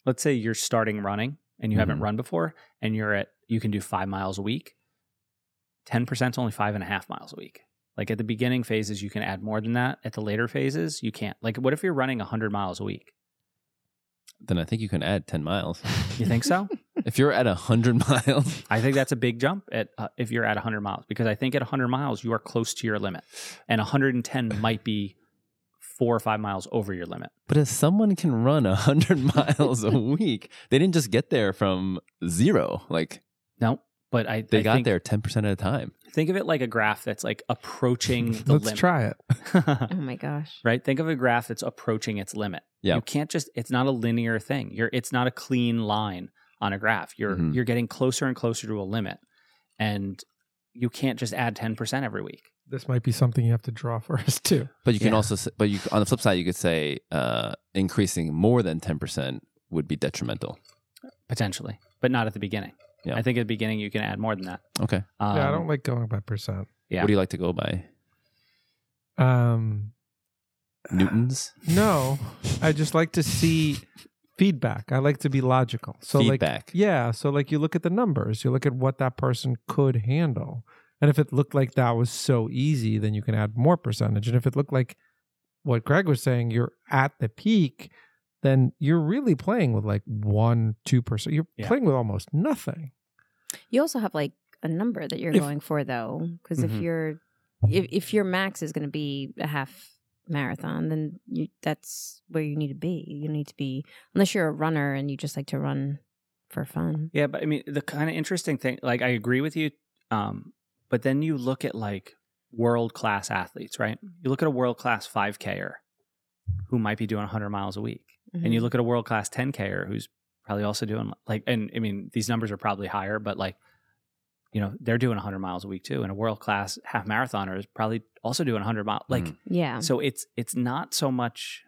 let's say you're starting running and you haven't
Mhm.
run before and you're at, you can do five miles a week, 10% is only five and a half miles a week. Like at the beginning phases, you can add more than that. At the later phases, you can't. Like, what if you're running 100 miles a week?
Then I think you can add 10 miles.
You think so?
if you're at 100 miles,
I think that's a big jump at uh, if you're at 100 miles because I think at 100 miles you are close to your limit, and 110 might be four or five miles over your limit.
but if someone can run 100 miles a week, they didn't just get there from zero. Like
No, but I
they
I
got
think,
there 10% at a time.
Think of it like a graph that's like approaching the
Let's
limit.
try it.
Oh my gosh.
right? Think of a graph that's approaching its limit.
Yeah.
You can't just it's not a linear thing. You're it's not a clean line on a graph. You're
Mhm.
you're getting closer and closer to a limit. And you can't just add 10% every week.
This might be something you have to draw for us too.
But you can
Yeah.
also, s- but you on the flip side, you could say uh, increasing more than ten percent would be detrimental.
potentially, but not at the beginning.
Yeah.
I think at the beginning you can add more than that.
Okay,
Um,
yeah, I don't like going by percent.
Yeah.
what do you like to go by?
Um,
Newtons
no, I just like to see feedback. I like to be logical. So like,
feedback.
yeah. So like, you look at the numbers. You look at what that person could handle, and if it looked like that was so easy, then you can add more percentage. And if it looked like what Greg was saying, you're at the peak, then you're really playing with like one, two percent. You're
Yeah.
playing with almost nothing.
You also have like a number that you're
If-
going for though, because
Mhm.
if you're if, if your max is going to be a half marathon, then you that's where you need to be. You need to be unless you're a runner and you just like to run for fun.
Yeah, but I mean, the kind of interesting thing, like, I agree with you, um, but then you look at like world class athletes, right? You look at a world class 5Ker who might be doing 100 miles a week, and you
Mhm.
look at a world class 10Ker who's probably also doing like, and I mean, these numbers are probably higher, but like, you know, they're doing 100 miles a week too, and a world class half marathoner is probably also doing 100 miles. Like,
Mhm.
Mm-hmm. yeah,
So it's it's not so much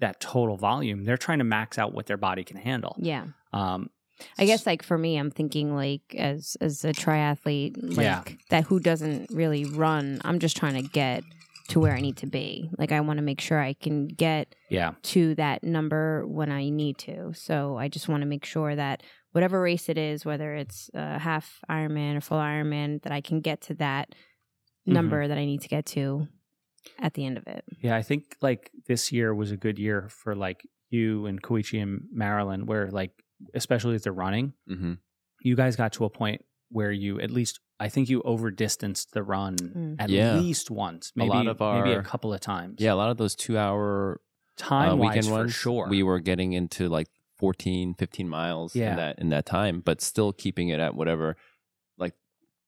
that total volume. They're trying to max out what their body can handle.
yeah.
Um,
I guess like for me, I'm thinking like as as a triathlete, like
Yeah.
that who doesn't really run. I'm just trying to get to where I need to be. Like I want to make sure I can get
yeah,
to that number when I need to. So I just want to make sure that whatever race it is, whether it's a half Ironman or full Ironman, that I can get to that
Mm-hmm.
number that I need to get to at the end of it.
yeah. I think like this year was a good year for like you and Koichi and Marilyn, where like especially as they're running,
Mm-hmm.
you guys got to a point where you at least I think you over distanced the run
Mm.
at
Yeah.
least once,
A
maybe
lot of
maybe a
our-
couple of times.
Yeah, a lot of those two-hour uh,
time wise
weekend
for
ones.
sure.
we were getting into like 14, 15 miles
Yeah.
in that in that time, but still keeping it at whatever, like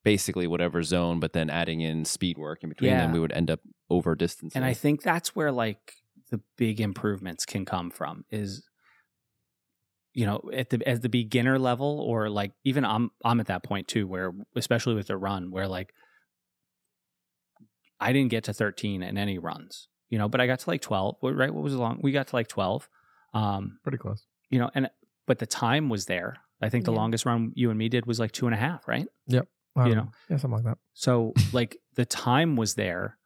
basically whatever zone. But then adding in speed work in between,
Yeah.
then we would end up over distancing.
And I think that's where like the big improvements can come from is you know, at the at the beginner level or like even I'm I'm at that point too where especially with the run where like I didn't get to 13 in any runs, you know, but I got to like 12, What- right? What was the long? We got to like 12. Um,
Pretty close.
you know, and but the time was there. I think the
Yeah.
longest run you and me did was like two and a half, right?
I
You
don't
know.
yeah, something like that.
So like the time was there,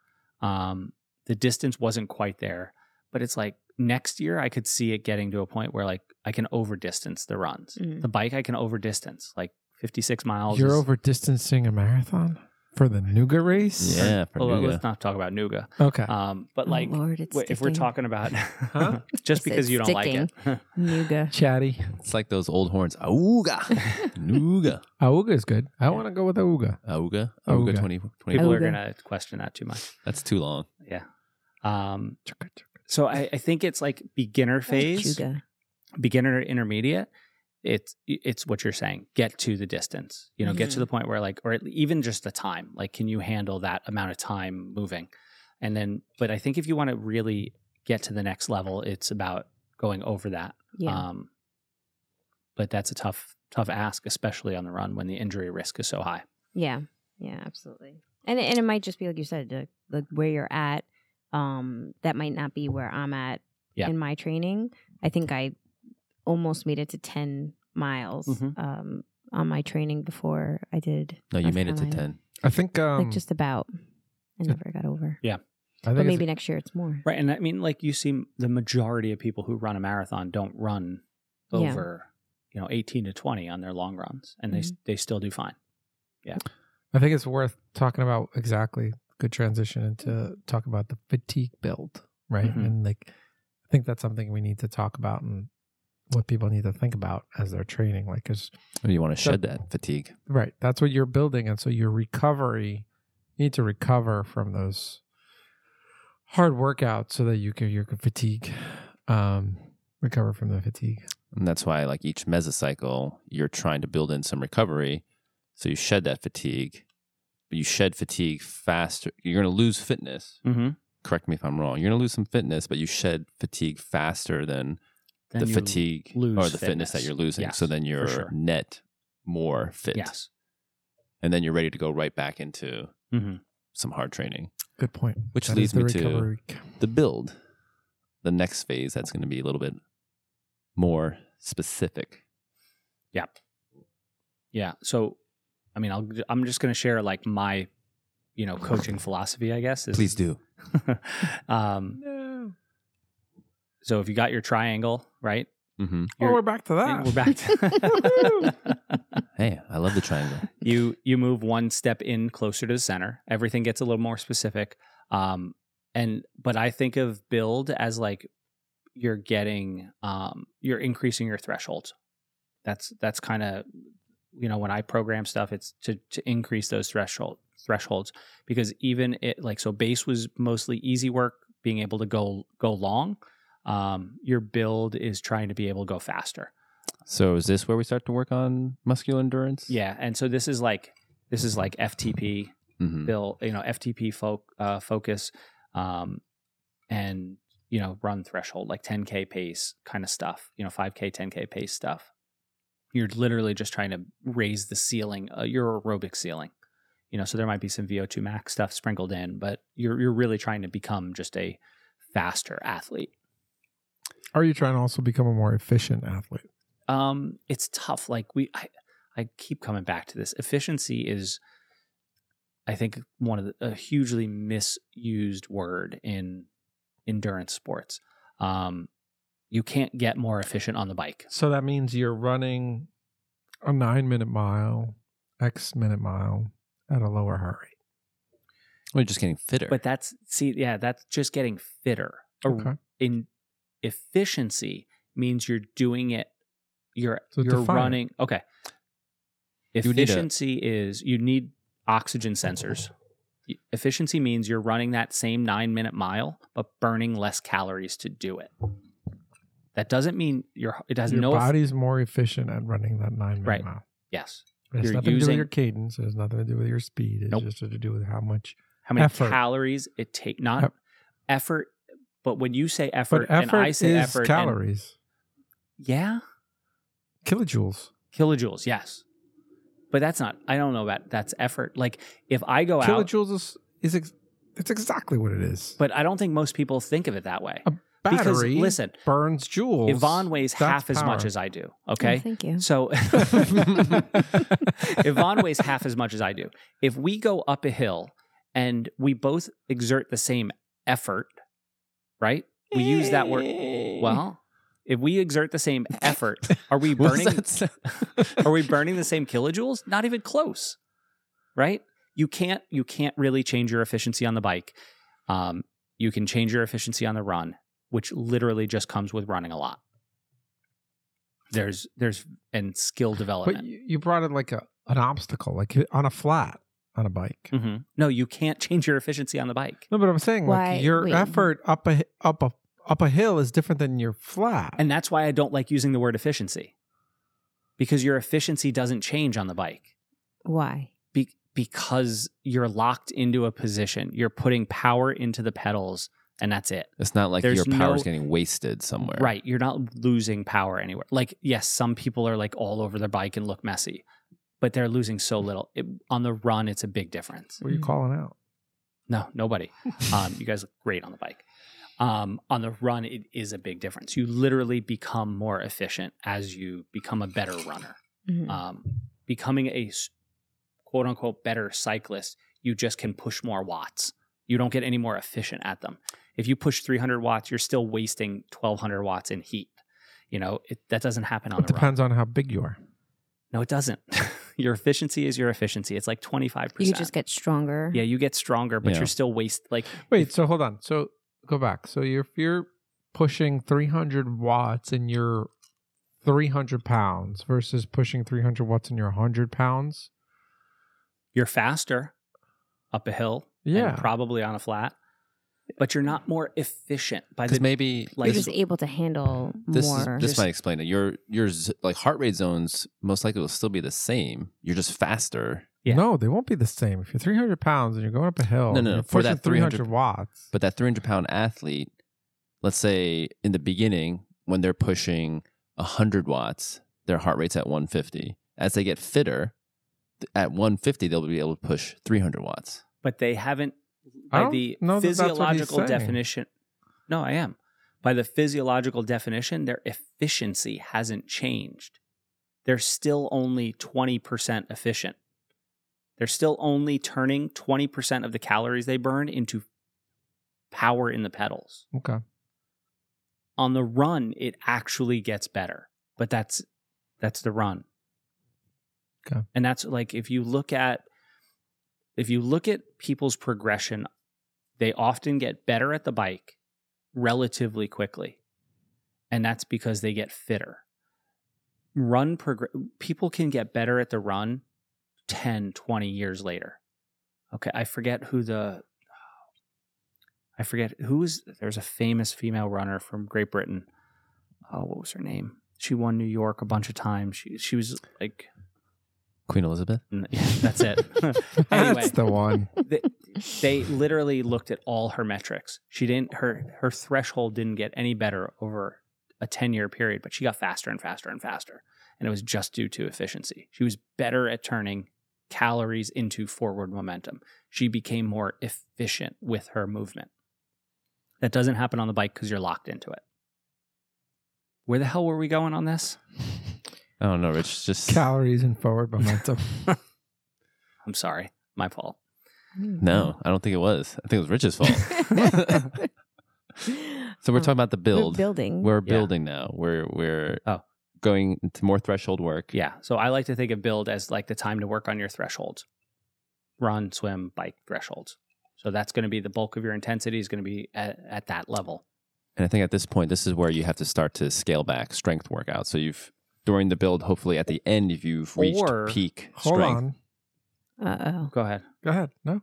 um, the distance wasn't quite there, but it's like next year I could see it getting to a point where like I can over distance the runs.
Mhm.
The bike I can over distance like 56 miles.
You're
is-
over distancing a marathon for the Nuga race.
yeah, for
Oh, Well,
Nuga.
let's not talk about Nuga.
Okay.
Um, but
Oh,
like
Lord, it's
w- if we're
sticking.
talking about
I
just
said
because you don't like
Nuga.
Chatty.
it's like those old horns. Auga, Nuga.
Auga is good. I want to go with Auga.
Auga,
Auga.
Auga, 20,
it, people
24.
are
Nuga.
gonna question that too much.
That's too long.
Um, so I, I think it's like beginner phase.
Juga.
beginner to intermediate it's it's what you're saying get to the distance you know get to
Mhm.
the point where like or at- even just the time like can you handle that amount of time moving and then but i think if you want to really get to the next level it's about going over that
Yeah.
Um, but that's a tough, tough ask, especially on the run when the injury risk is so high.
Yeah, yeah, absolutely. And it- and it might just be like you said, like, like where you're at. Um, that might not be where I'm at
Yeah.
in my training. I think I almost made it to ten miles
Mhm.
um, on my training before I did.
No, you
North
made it to
Carolina.
ten.
I think um,
like just about. I
yeah.
never got over.
I think
But
it's-
maybe next year it's more.
Right. And I mean, like you see, the majority of people who run a marathon don't run
Yeah.
over, you know, 18 to 20 on their long runs, and
Mm-hmm.
they they still do fine.
I think it's worth talking about exactly good transition into talk about the fatigue build, right?
Mhm.
And like I think that's something we need to talk about and what people need to think about as they're training like cuz
Oh, You want to
So-
shed that fatigue.
right, that's what you're building and so your recovery you need to recover from those hard workouts so that you can your fatigue um recover from the fatigue.
And that's why, like each mesocycle, you're trying to build in some recovery. So you shed that fatigue. But you shed fatigue faster. You're going to lose fitness.
Mm-hmm.
Correct me if I'm wrong. You're going to lose some fitness, but you shed fatigue faster than the fatigue
lose
or the fitness. that
fitness.
you're losing.
Yes,
so then you're
sure.
net more fit.
Yes.
And then you're ready to go right back into
hmm
some hard training.
Good point.
Which
That
leads
is the
me to-
recovery. to
The build, the next phase, that's going to be a little bit more specific.
Yeah. Yeah. So, I mean, I'll, I'm just going to share like my, you know, coaching philosophy, I guess. Is,
do. Mm.
um,
no.
so if you got your triangle, right?
hmm
Oh,
You're-
we're back to that.
We're back. To
Hey, I love the triangle.
you you move one step in closer to the center everything gets a little more specific um and but i think of build as like you're getting um you're increasing your thresholds that's that's kind of you know when i program stuff it's to to increase those threshold thresholds because even it like so base was mostly easy work being able to go go long um your build is trying to be able to go faster
So is this where we start to work on muscular endurance?
yeah and so this is like this is like ftp
hmm
Bill, you know, FTP fo- uh, focus, um, and you know, run threshold like 10k pace kind of stuff. You know, 5k, 10k pace stuff. You're literally just trying to raise the ceiling, uh, your aerobic ceiling. You know, so there might be some VO2 max stuff sprinkled in, but you're you're really trying to become just a faster athlete.
Are you trying to also become a more efficient athlete?
um it's tough like we i i keep coming back to this efficiency is i think one of the, a hugely misused word in endurance sports um you can't get more efficient on the bike
So that means you're running a nine minute mile, X minute mile at a lower heart rate.
We're just getting fitter.
but that's see yeah that's just getting fitter A-
Okay.
in efficiency means you're doing it you're
So
you're
define it.
running okay
would need a-
efficiency is you need oxygen sensors E- efficiency means you're running that same 9 minute mile but burning less calories to do it that doesn't mean your it has
Your
no eff-
body's more efficient at running that nine minute
Right.
mile.
yes
It has
You're
nothing to do
using-
with your cadence. It has nothing to do with your speed. It's
Nope.
just to do with how much.
how many
Effort.
calories it take not
Yep.
effort but when you say effort,
But effort
and i say
is
effort and-
calories,
yeah
kilojoules.
kilojoules yes but that's not i don't know about that's effort like if i go out
Kilojoules is, is ex, it's exactly what it is.
but i don't think most people think of it that way
a battery
because listen
burns joules.
yvonne weighs
that's
half as
power.
much as i do
Oh,
okay
thank you.
so yvonne weighs half as much as i do if we go up a hill and we both exert the same effort right we use that word well if we exert the same effort are we
What was
burning
that sound?
are we burning the same kilojoules not even close right you can't you can't really change your efficiency on the bike um, you can change your efficiency on the run which literally just comes with running a lot there's there's and skill
But
development
you, you brought in like a, an obstacle, like on a flat on a bike.
Mhm. no you can't change your efficiency on the bike
No, but I'm saying
Why-
like your
wait.
effort up a up a up a hill is different than your flat.
and that's why i don't like using the word efficiency because your efficiency doesn't change on the bike
Why?
be- because you're locked into a position. You're putting power into the pedals and that's it.
It's not like
There's
your power's
no-
getting wasted somewhere.
Right. You're not losing power anywhere. Like, yes, some people are like all over their bike and look messy, but they're losing so little. It, on the run, it's a big difference.
What are you calling out?
No, nobody. Um, you guys look great on the bike. Um, on the run, it is a big difference. You literally become more efficient as you become a better runner.
Hmm.
Mhm.
Um, becoming a s- quote unquote better cyclist, you just can push more watts. You don't get any more efficient at them. If you push 300 watts, you're still wasting 1200 watts in heat. You know, it, that doesn't happen on
It
the run.
depends on how big you are.
No, it doesn't. your efficiency is your efficiency. It's like 25%.
you just get stronger.
yeah, you get stronger, but
Yeah.
you're still waste like
Wait, so hold on. So go back. So you're, if you're pushing 300 watts and you're 300 pounds versus pushing 300 watts and you're 100 pounds,
you're faster up a hill
Yeah.
and probably on a flat but you're not more efficient by the
Because maybe
like-
You're
This-
just able to handle
this is,
more.
this might explain it. Your your z- like heart rate zones most likely will still be the same. You're just faster,
Yeah.
no, they won't be the same. If you're 300 pounds and you're going up a
No,
hill,
no,
and you're
for
pushing
that 300
watts.
but that 300 pound athlete, let's say in the beginning when they're pushing 100 watts, their heart rate's at 150. As they get fitter, th- at 150 they'll be able to push 300 watts.
but they haven't
I
by
don't
the
know that that's what he's
physiological
saying.
definition no i am by the physiological definition their efficiency hasn't changed they're still only 20% efficient they're still only turning 20% of the calories they burn into power in the pedals
Okay.
on the run it actually gets better but that's that's the run
Okay.
and that's like if you look at if you look at people's progression they often get better at the bike relatively quickly and that's because they get fitter run progr- people can get better at the run 10 20 years later okay i forget who the I forget who's there's a famous female runner from Great Britain. Oh, what was her name? She won New York a bunch of times. She she was like
Queen Elizabeth.
n- yeah, that's it. anyway,
That's the one.
they, they literally looked at all her metrics. She didn't her her threshold didn't get any better over a 10-year period, but she got faster and faster and faster. And it was just due to efficiency. She was better at turning calories into forward momentum. She became more efficient with her movement. That doesn't happen on the bike cuz you're locked into it. Where the hell were we going on this?
I don't know, Rich. Just
Calories and forward momentum.
I'm sorry. My fault.
no, I don't think it was. I think it was Rich's fault. so we're talking about the build.
building.
We're
Yeah.
building now. We're we're
Oh.
going into more threshold work.
Yeah. So I like to think of build as like the time to work on your thresholds run, swim, bike thresholds. So that's going to be the bulk of your intensity is going to be at, at that level.
And I think at this point, this is where you have to start to scale back strength workouts. So you've during the build, hopefully at the end, if you've reached
Or-
peak
Hold
strength.
on.
Uh
Go ahead.
Go ahead. No.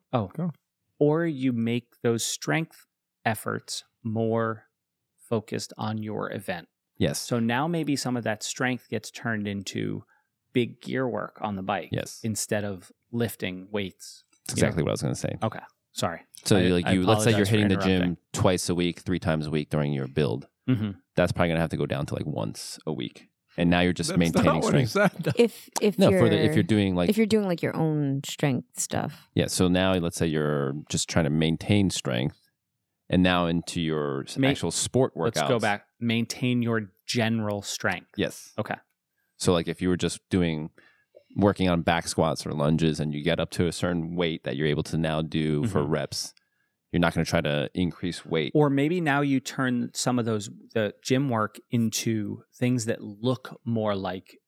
Or you make those strength efforts more focused on your event.
Yes.
So now maybe some of that strength gets turned into big gear work on the bike
yes.
instead of lifting weights.
That's exactly what I was going to say.
Sorry.
So
I-
like
I
you, let's say you're
apologize for
hitting the gym
interrupting.
twice a week, three times a week during your build.
Mm-hmm.
That's probably going to have to go down to like once a week. And now you're just
That's
maintaining
not what he
strength.
said.
If if
No,
you're,
for the, if you're doing like
if you're doing like your own strength stuff,
yeah. So now let's say you're just trying to maintain strength, and now into your s-
Ma-
actual sport workouts.
Let's go back. Maintain your general strength.
Yes.
Okay.
So like if you were just doing working on back squats or lunges and you get up to a certain weight that you're able to now do for
Mm-hmm.
reps, you're not going to try to increase weight.
or maybe now you turn some of those the gym work into things that look more like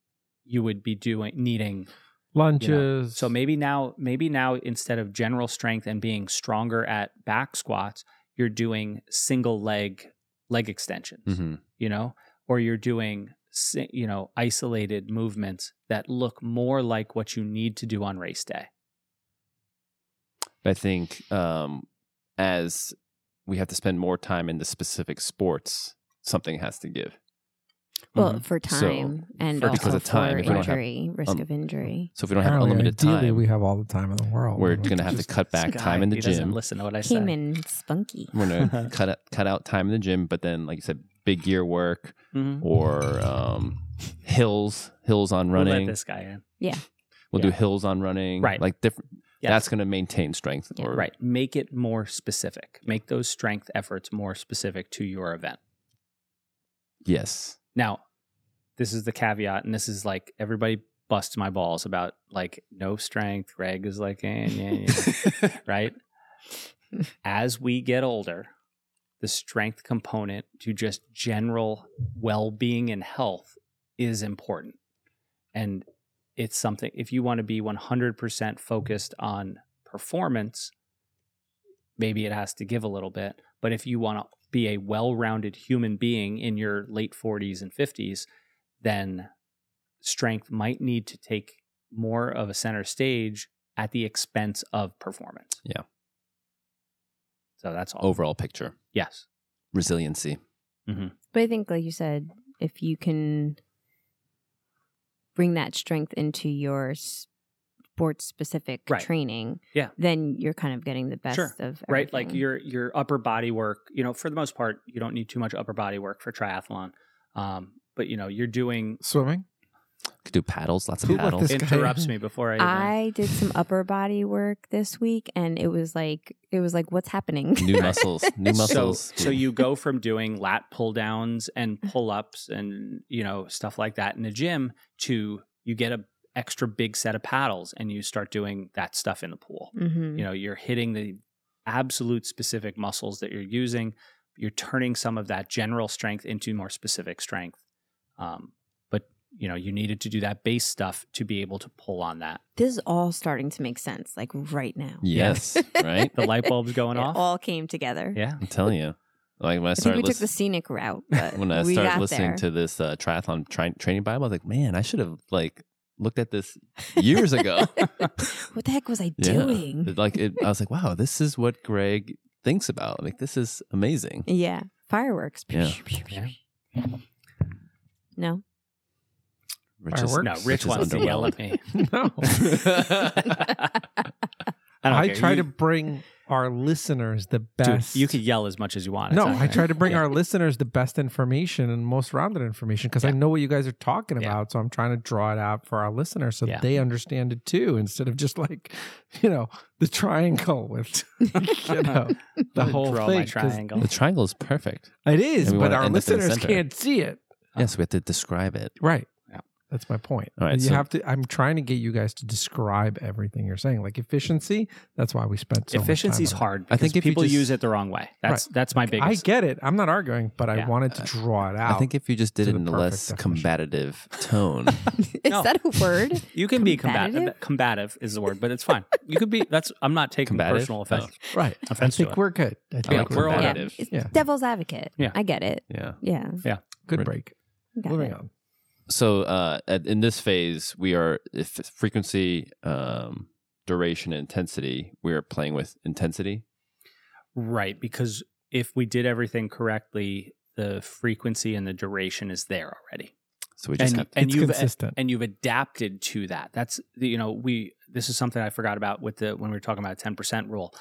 you would be doing needing
Lunges.
so maybe now maybe now instead of general strength and being stronger at back squats you're doing single leg leg extensions
Mhm.
you know or you're doing si- you know isolated movements that look more like what you need to do on race day
I think um, as we have to spend more time in the specific sports, something has to give.
Well, for
Mm-hmm. So-
time and
Or
also
because of
for
time, if we don't have-
injury, risk
um,
of injury.
So if we don't have
Apparently,
unlimited
ideally,
time,
we have all the time in the world.
we're
Like,
going to have to
just-
cut back
This
time
guy,
in the
he doesn't
gym.
Listen to what I
Came
said.
in spunky.
We're going to cut out, cut out time in the gym, but then, like you said, big gear work
Mhm.
or um, hills, hills on
We'll let
running. We'll,
this guy in.
do
yeah.
hills on running.
Right.
Like different.
Yes.
That's going to maintain strength.
Yeah.
Or,
Right. Make it more specific. Make those strength efforts more specific to your event.
Yes.
Now, this is the caveat, and this is like everybody busts my balls about like no strength. Greg is like, eh, yeah, yeah, right? As we get older, the strength component to just general well being and health is important. And it's something, if you want to be 100% focused on performance, maybe it has to give a little bit. But if you want to be a well rounded human being in your late 40s and 50s, then strength might need to take more of a center stage at the expense of performance.
Yeah.
So that's all.
Overall picture,
Yes.
resiliency.
But I think, like you said, if you can bring that strength into your sports specific
Right.
training,
Yeah.
then you're kind of getting the best
Sure.
of everything.
right like your your upper body work you know for the most part you don't need too much upper body work for triathlon um but you know you're doing
swimming.
Could do paddles, lots
Who
of
let
paddles.
this- guy-
interrupts me before i, even-
I did some upper body work this week, and it was like it was like what's happening.
new muscles, new
so,
muscles.
so you go from doing lat pull downs and pull ups and you know stuff like that in the gym to you get a extra big set of paddles and you start doing that stuff in the pool
hmm
Mm-hmm.
you know you're hitting the absolute specific muscles that you're using you're turning some of that general strength into more specific strength um, but you know you needed to do that base stuff to be able to pull on that
This is all starting to make sense, like right now.
Yes, right?
the light bulb's going
it
off
all came together.
yeah
I'm telling you. Like when I
I think
started
we took
listening.
the scenic route, but
when I
we
started
got
listening
there.
to this uh, triathlon tri- training bible, I was like, man, I should have like looked at this years ago.
what the heck was I
Yeah.
doing?
It- like it, I was like, wow, this is what Greg thinks about. Like this is amazing.
Yeah, fireworks.
Yeah.
Yeah.
No,
Rich is-
Fireworks?
no
Rich
rich
is
wants to yell at me
no,
don't
I
care.
try
You-
to bring our listeners the
Dude,
best.
you could yell as much as you want. It's
No,
not
I
gonna-
try to bring
Yeah.
our listeners the best information and most rounded information because I
Yeah.
know what you guys are talking
Yeah.
about. So I'm trying to draw it out for our listeners so
Yeah.
they understand it too, instead of just like, you know, the triangle with you know the
I'm gonna
whole
draw
thing.
my
'cause
triangle.
the triangle is perfect.
It is,
And we
but
wanna
our
end up in the
listeners
center.
can't see it.
Yes, we have to describe it.
Right.
Yeah.
That's my point.
All right,
you
so-
have to. I'm trying to get you guys to describe everything you're saying, like efficiency. That's why we spent so much time
Efficiency's
on it.
hard.
I
I
think
think
if you
people
just-
use it the wrong way. That's that's my biggest.
I get it. I'm not arguing, but I
Yeah.
wanted to draw it out.
I think if you just did
to
it
the
in a
perfect
less
definition.
combative tone,
is
No.
that a word?
You can be combative.
Combative?
Combative is the word, but it's fine. You could be. That's. I'm not taking
Combative?
personal offense.
right. I
offense to
think
it.
we're good. I think
like
we're
combative.
all
yeah,
Combative.
it's
Yeah.
devil's advocate.
Yeah.
I get it.
yeah.
Yeah,
good break.
got
Moving
it.
on.
so uh, at, in this phase, we are if it's frequency, um, duration, and intensity. We are playing with intensity.
Right, because if we did everything correctly, the frequency and the duration is there already,
So we just
and
have
and
it's
you've
consistent.
and you've adapted to that. That's the- you know we this is something I forgot about with the when we were talking about ten percent rule.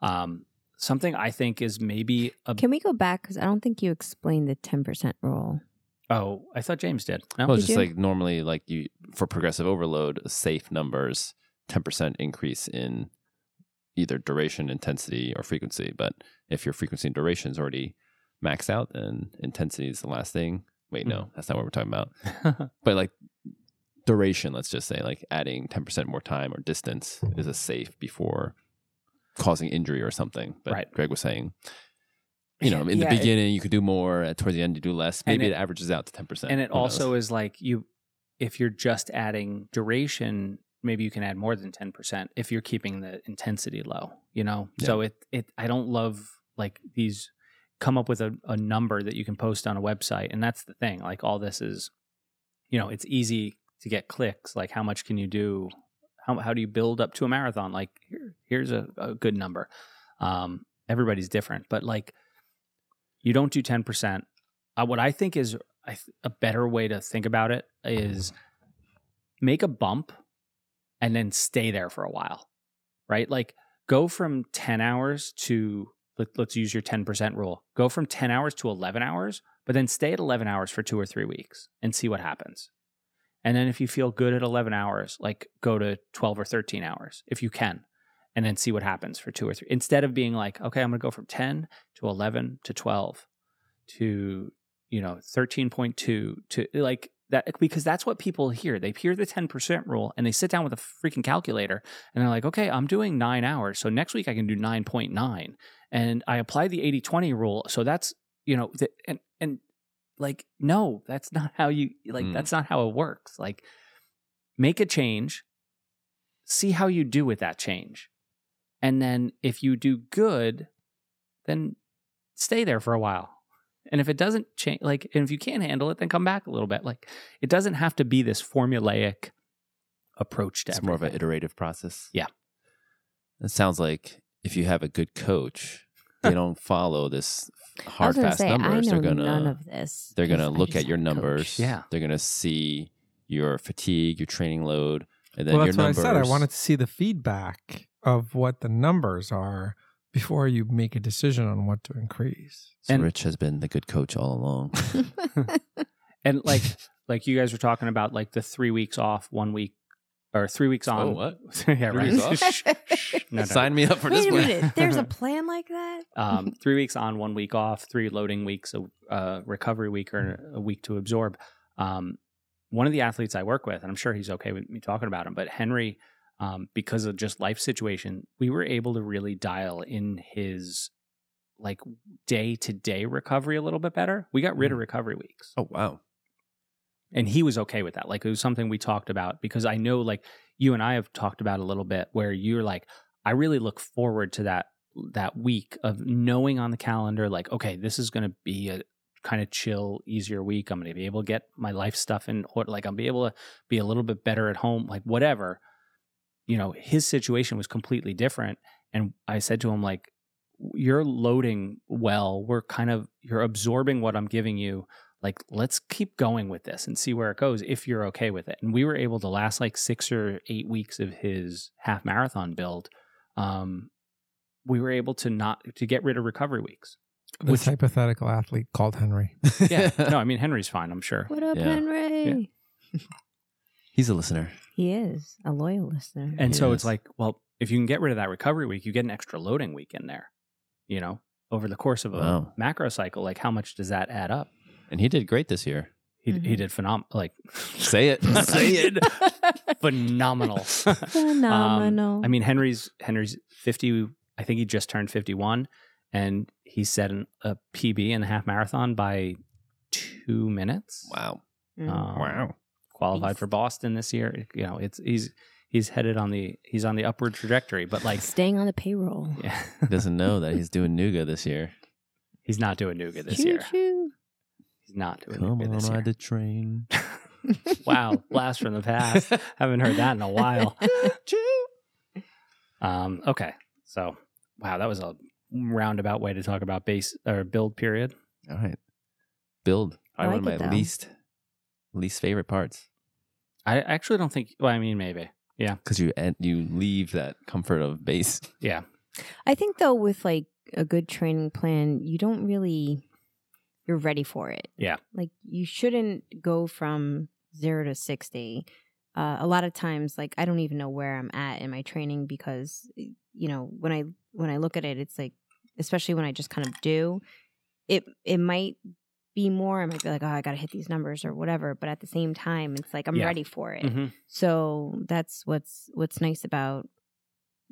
Um, something I think is maybe a
Can we go back? Because I don't think you explained the ten percent rule.
oh I thought James did no
Well,
Did
it's just
you?
like normally, like you for progressive overload, safe numbers, ten percent increase in either duration, intensity, or frequency. But if your frequency and duration is already maxed out, then intensity is the last thing. Wait,
Hmm.
no, that's not what we're talking about. But like duration, let's just say, like adding ten percent more time or distance is a safe before causing injury or something. But
Right.
Greg was saying. You know, in
Yeah,
the
it-
beginning you could do more. At towards the end you do less.
And
Maybe
it-
it, averages out to ten percent.
And it also is like you, if you're just adding duration, maybe you can add more than ten percent if you're keeping the intensity low. You know, so it it I don't love like these come up with a, a number that you can post on a website, and that's the thing. Like all this is, you know, it's easy to get clicks. Like how much can you do? How how do you build up to a marathon? Like here here's a, a good number. Um, everybody's different, but like you don't do ten percent. Uh, what I think is I th- a better way to think about it is make a bump and then stay there for a while, right? Like go from 10 hours to let, let's use your 10% rule. Go from 10 hours to 11 hours, but then stay at 11 hours for 2 or 3 weeks and see what happens. And then if you feel good at 11 hours, like go to 12 or 13 hours if you can and then see what happens for 2 or 3 instead of being like, okay, I'm going to go from 10 to 11 to 12 to you know 13.2 to like that because that's what people hear. They hear the 10% rule and they sit down with a freaking calculator and they're like, okay, I'm doing nine hours. So next week I can do 9.9. And I apply the 80 20 rule. So that's, you know, th- and, and like, no, that's not how you, like,
Mm.
that's not how it works. Like, make a change, see how you do with that change. And then if you do good, then stay there for a while. And if it doesn't change, like, and if you can't handle it, then come back a little bit. Like, it doesn't have to be this formulaic approach to
It's more of an
everything.
iterative process.
Yeah.
It sounds like if you have a good coach, they don't follow this
I was
hard
gonna
fast
say,
numbers.
I
They're
know
gonna
none of this.
they're gonna
'cause I
look
just
at your
had a coach.
numbers.
Yeah.
They're gonna see your fatigue, your training load, and then
well,
your
that's what
numbers.
I said. I wanted to see the feedback of what the numbers are before you make a decision on what to increase.
So
and-
Rich has been the good coach all along.
and like like you guys were talking about like the three weeks off one week or three weeks on
Oh, what?
yeah
Three
right
weeks off?
Shh, shh. no, no.
Sign me up for
Wait
this
a
one.
minute. There's a plan like that.
um three weeks on one week off three loading weeks a uh, recovery week or a week to absorb um one of the athletes i work with and i'm sure he's okay with me talking about him but henry um because of just life situation we were able to really dial in his like day to day recovery a little bit better we got rid of recovery weeks
Oh wow.
and he was okay with that like it was something we talked about because i know like you and i have talked about a little bit where you're like i really look forward to that that week of knowing on the calendar like okay this is going to be a kind of chill easier week i'm going to be able to get my life stuff in order like i'll be able to be a little bit better at home like whatever you know his situation was completely different and i said to him like you're loading well we're kind of you're absorbing what i'm giving you like let's keep going with this and see where it goes if you're okay with it and we were able to last like six or eight weeks of his half marathon build um we were able to not to get rid of recovery weeks
This
Which-
hypothetical athlete called Henry.
yeah no i mean henry's fine i'm sure
What up,
Yeah.
Henry?
He's a listener.
He is a loyal listener.
and so it's
Yes.
like well if you can get rid of that recovery week you get an extra loading week in there you know over the course of a
Wow.
macro cycle like how much does that add up
And he did great this year.
he, he
Mhm.
did phenomenal like
Say it. Say it.
phenomenal
Phenomenal.
Um, I mean, Henry's Henry's fifty. I think he just turned fifty-one, and he set an, a PB in the half marathon by two minutes.
Wow.
Mm.
Um,
Wow.
Qualified
Beast.
for Boston this year. You know, it's he's he's headed on the he's on the upward trajectory, but like,
staying on the payroll.
yeah,
He doesn't know that he's doing Nuga this year.
he's not doing Nuga this
Choo
year.
choo.
He's not doing
Come
Nuga
on,
this year.
the train.
wow, blast from the past. Haven't heard that in a while. Um, okay, so wow, that was a roundabout way to talk about base or build period.
All right. Build.
I
Probably one
like
of
it,
my
though.
least least favorite parts
I actually don't think. Well, I mean, maybe.
because you and you leave that comfort of base.
Yeah.
I think though with like a good training plan, you don't really you're ready for it.
Yeah.
Like you shouldn't go from 0 to 60. Uh, a lot of times like I don't even know where I'm at in my training because you know, when I when I look at it it's like especially when I just kind of do it it might be more I might be like oh I got to hit these numbers or whatever, but at the same time it's like I'm
Yeah.
ready for it.
Mhm.
So that's what's what's nice about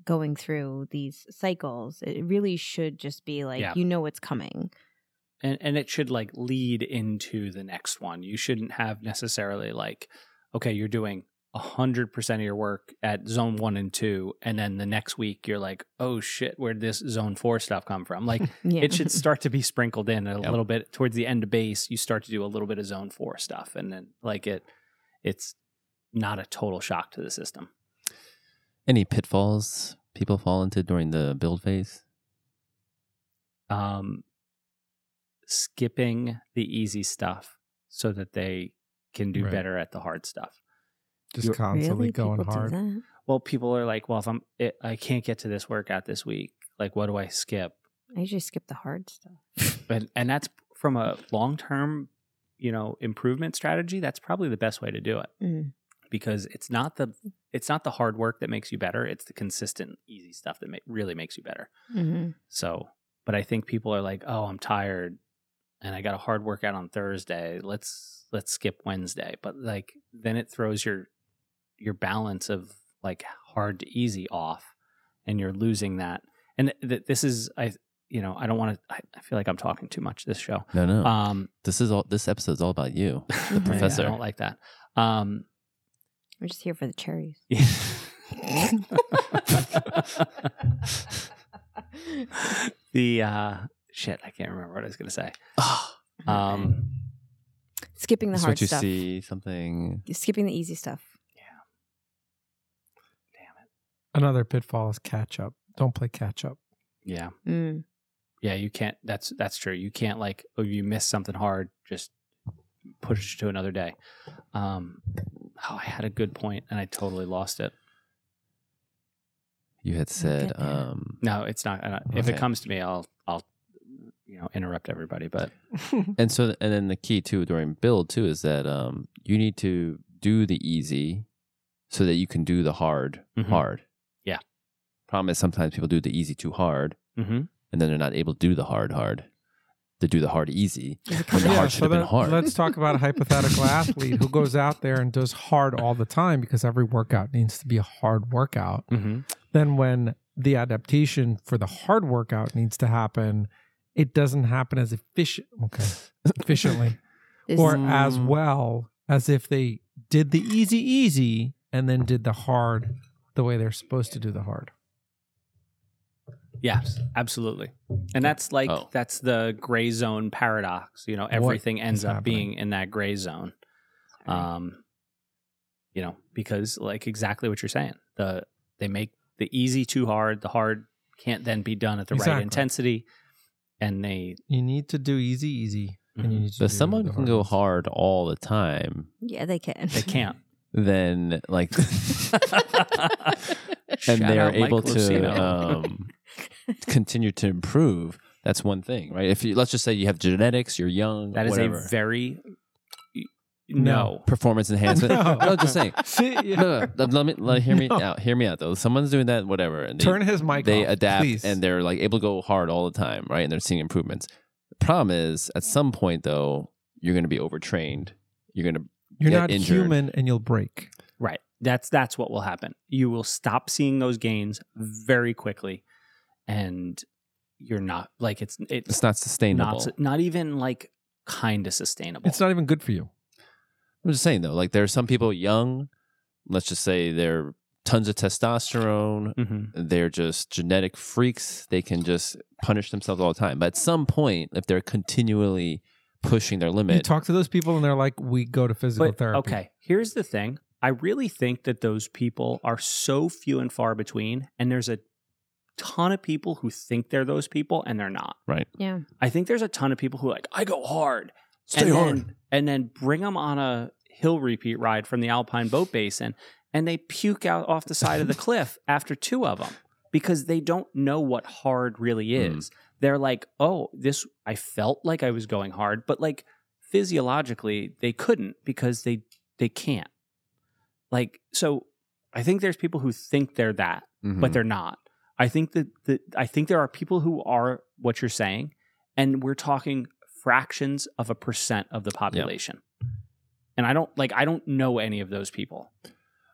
going through these cycles. It really should just be like
Yeah.
you know what's coming.
and and it should like lead into the next one. You shouldn't have necessarily like, okay, you're doing hundred percent of your work at zone one and two, and then the next week you're like, oh shit, where'd this zone four stuff come from? Like
Yeah.
it should start to be sprinkled in a
Yep.
little bit towards the end of base. You start to do a little bit of zone four stuff, and then like it, it's not a total shock to the system.
Any pitfalls people fall into during the build phase?
um, skipping the easy stuff. so that they can do
Right.
better at the hard stuff.
Just
You're-
constantly
really?
going
People do
hard.
that?
Well, people are like, well, if I'm, it, I can't get to this workout this week. Like, what do I skip?
I usually skip the hard stuff.
But and that's from a long term, you know, improvement strategy. That's probably the best way to do it
Mm.
because it's not the it's not the hard work that makes you better. It's the consistent, easy stuff that ma- really makes you better.
hmm
So, but I think people are like, "Oh, I'm tired and I got a hard workout on Thursday. Let's let's skip Wednesday." But like then it throws your your balance of like hard to easy off and you're losing that. And th- th- this is I you know, I don't want to I, I feel like I'm talking too much this show.
No, no.
Um
this is all. This episode's all about you.
the
professor.
I don't like that. Um
Mm-hmm. We're just here for the cherries.
the uh shit, I can't remember what I was going to say.
Ah,
Um
Skipping the
that's
hard
what you
stuff.
see. Something.
Skipping the easy stuff.
Another pitfall is catch up. Don't play catch up.
yeah.
Mm.
Yeah, you can't. That's that's true. You can't like oh, you miss something hard, just push to another day. Um, oh, I had a good point and I totally lost it.
You had said.
get there.
Um,
No, it's not. Uh, If it
Okay.
comes to me, I'll I'll you know interrupt everybody. But
Mm-hmm.
and so, and then the key too during build too is that um, you need to do the easy, so that you can do the hard
Mhm.
hard.
Yeah.
Problem is sometimes people do the easy too hard,
mm-hmm.
and then they're not able to do the hard hard. They do the hard easy.
Is
When
it
the
com-
hard should have been
then
hard.
Let's talk about a hypothetical athlete who goes out there and does hard all the time because every workout needs to be a hard workout.
Mm-hmm.
Then when the adaptation for the hard workout needs to happen, it doesn't happen as efficient okay, efficiently
this
or
is-
as well as if they did the easy easy and then did the hard the way they're supposed to do the hard.
yeah, absolutely. And that's like
Oh.
that's the gray zone paradox. You know, everything ends up being in that gray zone. um you know because like exactly what you're saying the they make the easy too hard the hard can't then be done at the right
Exactly.
intensity and they mm,
You need to do easy easy and you need to
So if
do
Mm-hmm. someone
the
can go
ones.
hard all the time,
yeah, they can.
they can't
then like,
Shout
and they're
out Mike
able
Lucino.
to um, continue to improve. That's one thing, right? If you let's just say you have genetics, you're young,
that is
whatever,
a very
No.
no,
performance enhancement.
No.
no. just saying.
See, yeah.
No, no, let- let me let, hear me
No.
out. Hear me out though. Someone's doing that, whatever. And they,
Turn his mic
they
off,
adapt
please.
and they're like able to go hard all the time, right? And they're seeing improvements. The problem is, at some point though, you're going to be overtrained. You're going to
You're
get
not
injured.
human and you'll break.
right that's that's what will happen you will stop seeing those gains very quickly and you're not like it's it's
It's not sustainable.
not not even like kind of sustainable
It's not even good for you.
I'm just saying though, like there are some people young, let's just say they're tons of testosterone,
Mhm.
they're just genetic freaks. They can just punish themselves all the time. But at some point, if they're continually pushing their
You
limit,
talk to those people and they're like, we go to physical therapy.
Okay, here's the thing. I really think that those people are so few and far between, and there's a ton of people who think they're those people and they're not.
yeah.
I think there's a ton of people who are like I go hard,
Stay
and
hard.
then, and then bring them on a hill repeat ride from the Alpine Boat Basin, and they puke out off the side of the cliff after two of them because they don't know what hard really
Mm.
is. They're like, oh, this I felt like I was going hard, but like physiologically they couldn't because they they can't. Like so, I think there's people who think they're that but
Mm-hmm.
they're not. I think that the, I think there are people who are what you're saying, and we're talking fractions of a percent of the population. And I don't like I don't know any of those people.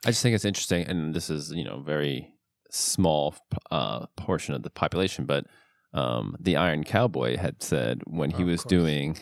I just think it's interesting, and this is you know very small uh, portion of the population, but um, the Iron Cowboy had said when he
Of
was
course.
doing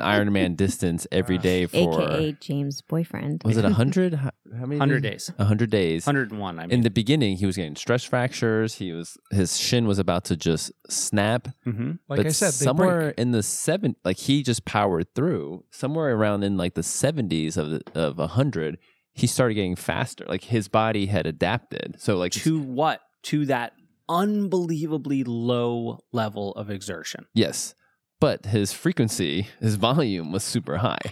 Ironman distance every
Ah.
day for
AKA James' boyfriend.
was it hundred? How how many?
Hundred days,
hundred days.
hundred and one. I
in
mean,
the beginning he was getting stress fractures he was his shin was about to just snap
Mhm.
Like
but
I said, they
somewhere
break.
in the seven like he just powered through somewhere around in like the 70s of the, of 100 he started getting faster like his body had adapted so like
to what to that unbelievably low level of exertion.
yes but his frequency his volume was super high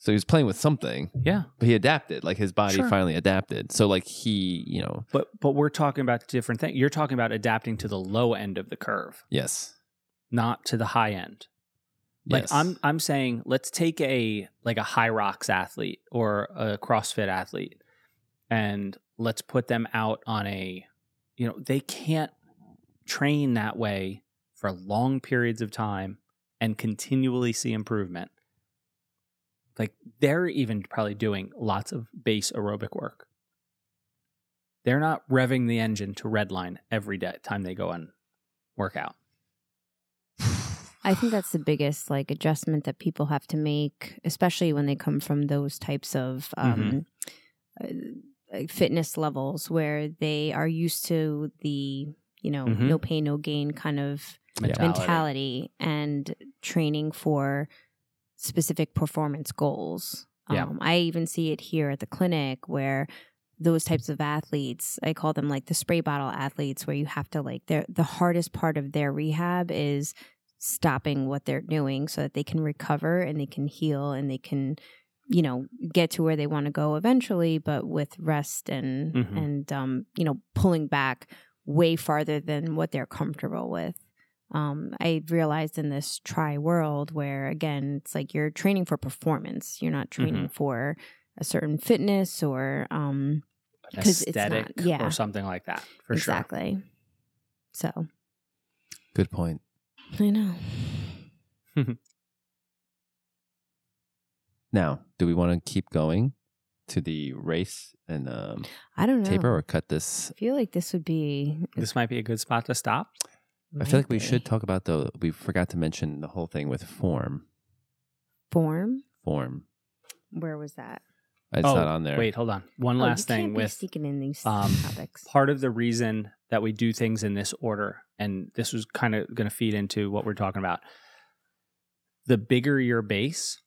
So he was playing with something,
Yeah.
but he adapted. Like his body
Sure.
finally adapted. So like he, you know,
But but we're talking about different things. You're talking about adapting to the low end of the curve,
yes,
not to the high end. Like
yes.
I'm I'm saying let's take a like a high rocks athlete or a CrossFit athlete and let's put them out on a you know, they can't train that way for long periods of time and continually see improvement. Like they're even probably doing lots of base aerobic work. They're not revving the engine to redline every day time they go and work out.
I think that's the biggest like adjustment that people have to make, especially when they come from those types of um, uh, like, fitness levels where they are used to the you know
Mhm.
no pain no gain kind of mentality and training for specific performance goals.
Yeah.
Um, I even see it here at the clinic where those types of athletes, I call them like the spray bottle athletes, where you have to like their the hardest part of their rehab is stopping what they're doing so that they can recover and they can heal and they can you know get to where they want to go eventually but with rest and
Mhm.
and um you know pulling back way farther than what they're comfortable with um, I realized in this try world where again it's like you're training for performance. You're not
Mm-hmm.
training for a certain fitness or um,
an
'Cause it's not-
aesthetic
yeah.
or something like that for
exactly. So
Good point.
I know.
Now, do we want to keep going to the race and um,
I don't know.
taper or cut this?
I feel like this would be.
sure. This might be a good spot to stop.
I feel like we should talk about the. We forgot to mention the whole thing with form.
form.
Form.
Where was that?
It's
Oh,
not on there.
Wait, hold on. One
Oh, you
last
can't
thing
be
with
sneaking in these
um,
topics.
part of the reason that we do things in this order, and this was kind of going to feed into what we're talking about. The bigger your base,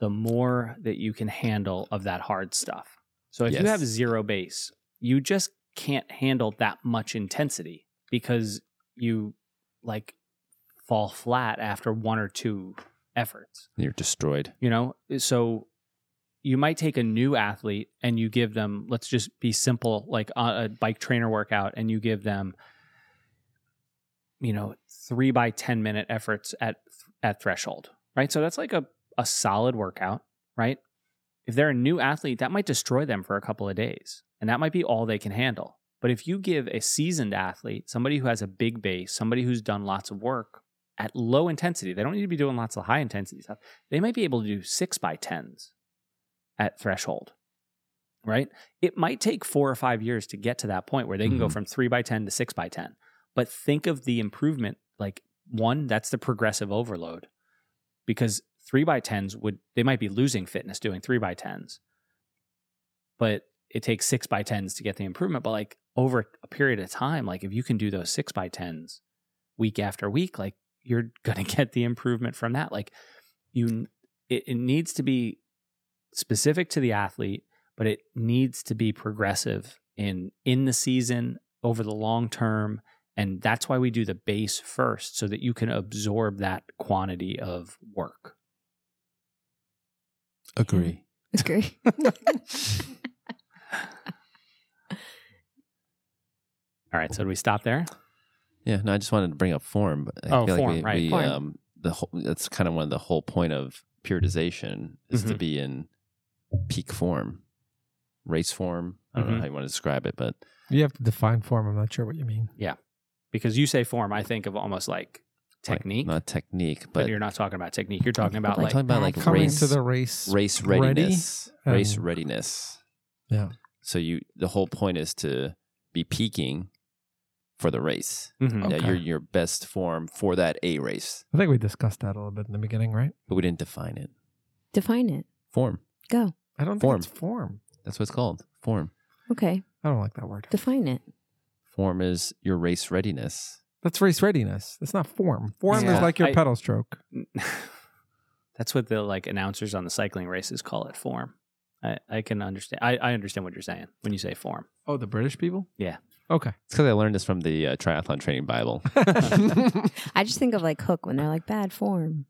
the more that you can handle of that hard stuff. So if you
Yes.
have zero base, you just can't handle that much intensity because you like fall flat after one or two efforts.
You're destroyed.
you know Uh, so you might take a new athlete and you give them let's just be simple like a, a bike trainer workout and you give them you know 3 by 10 minute efforts at at threshold right so that's like a a solid workout right if they're a new athlete that might destroy them for a couple of days and that might be all they can handle but if you give a seasoned athlete somebody who has a big base somebody who's done lots of work at low intensity they don't need to be doing lots of high intensity stuff they might be able to do six by tens at threshold, right? It might take four or five years to get to that point where they can go
Mhm.
from three by 10 to six by 10. But think of the improvement like one, that's the progressive overload because three by 10s would, they might be losing fitness doing three by 10s, but it takes six by 10s to get the improvement. But like over a period of time, like if you can do those six by 10s week after week, like you're going to get the improvement from that. Like you it, it needs to be specific to the athlete but it needs to be progressive in in the season over the long term and that's why we do the base first so that you can absorb that quantity of work
Agree.
Hmm.
Agree.
all right so do we stop there
Yeah. No, I just wanted to bring up form. But I
Oh,
feel
form,
like we,
right.
we,
Form.
Um, the whole, that's kind of one of the whole point of periodization is to
Mhm.
be in peak form, race form. I don't
Mhm.
know how you want to describe it, but
You have to define form. I'm not sure what you mean.
because you say form i think of almost like
like,
technique
not technique,
but,
but
you're not talking about technique you're talking about
I'm
like
talking about like
Coming
Coming
race
to the race.
race
ready,
readiness race
um,
readiness
Yeah.
so you the whole point is to be peaking for the race
Mhm.
yeah
Okay.
you're your best form for that a race
I think we discussed that a little bit in the beginning, right?
but we didn't define it
Define it.
form
Go.
I don't
Form.
think it's form.
that's what it's called form
Okay.
I don't like that word.
Define it.
form is your race readiness
That's race readiness. It's not form. Form
Yeah.
is like your
I-
pedal stroke.
that's what the like announcers on the cycling races call it form i, I can understand I, I understand what you're saying when you say form
Oh, the British people?
Yeah.
Okay.
it's because i learned this from the uh, triathlon training bible
I just think of like Hook when they're like bad form.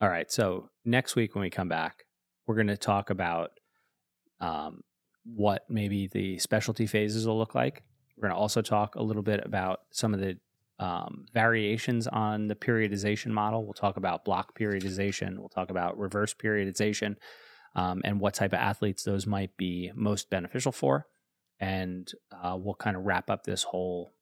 All right. So next week when we come back, we're going to talk about um, what maybe the specialty phases will look like. We're going to also talk a little bit about some of the um, variations on the periodization model. We'll talk about block periodization. We'll talk about reverse periodization um, and what type of athletes those might be most beneficial for. And uh, we'll kind of wrap up this whole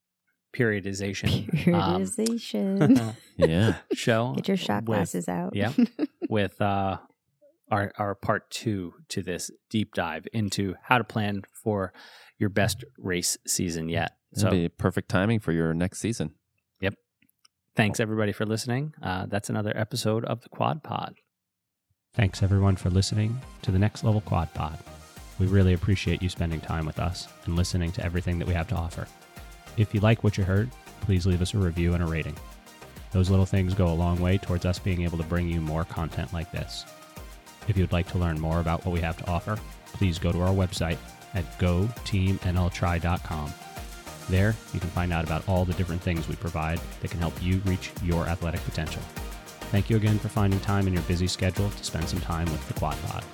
periodization, um,
Periodization.
Yeah.
show.
Get your shot
with-
glasses out.
yeah. with uh, our our part two to this deep dive into how to plan for your best race season yet.
That'd
So
be perfect timing for your next season.
thanks everybody for listening. Uh, that's another episode of the Quad Pod.
Thanks everyone for listening to the Next Level Quad Pod. We really appreciate you spending time with us and listening to everything that we have to offer. If you like what you heard, please leave us a review and a rating. Those little things go a long way towards us being able to bring you more content like this. If you would like to learn more about what we have to offer, please go to our website at goteamnltry.com. There, you can find out about all the different things we provide that can help you reach your athletic potential. Thank you again for finding time in your busy schedule to spend some time with the Quad Pod.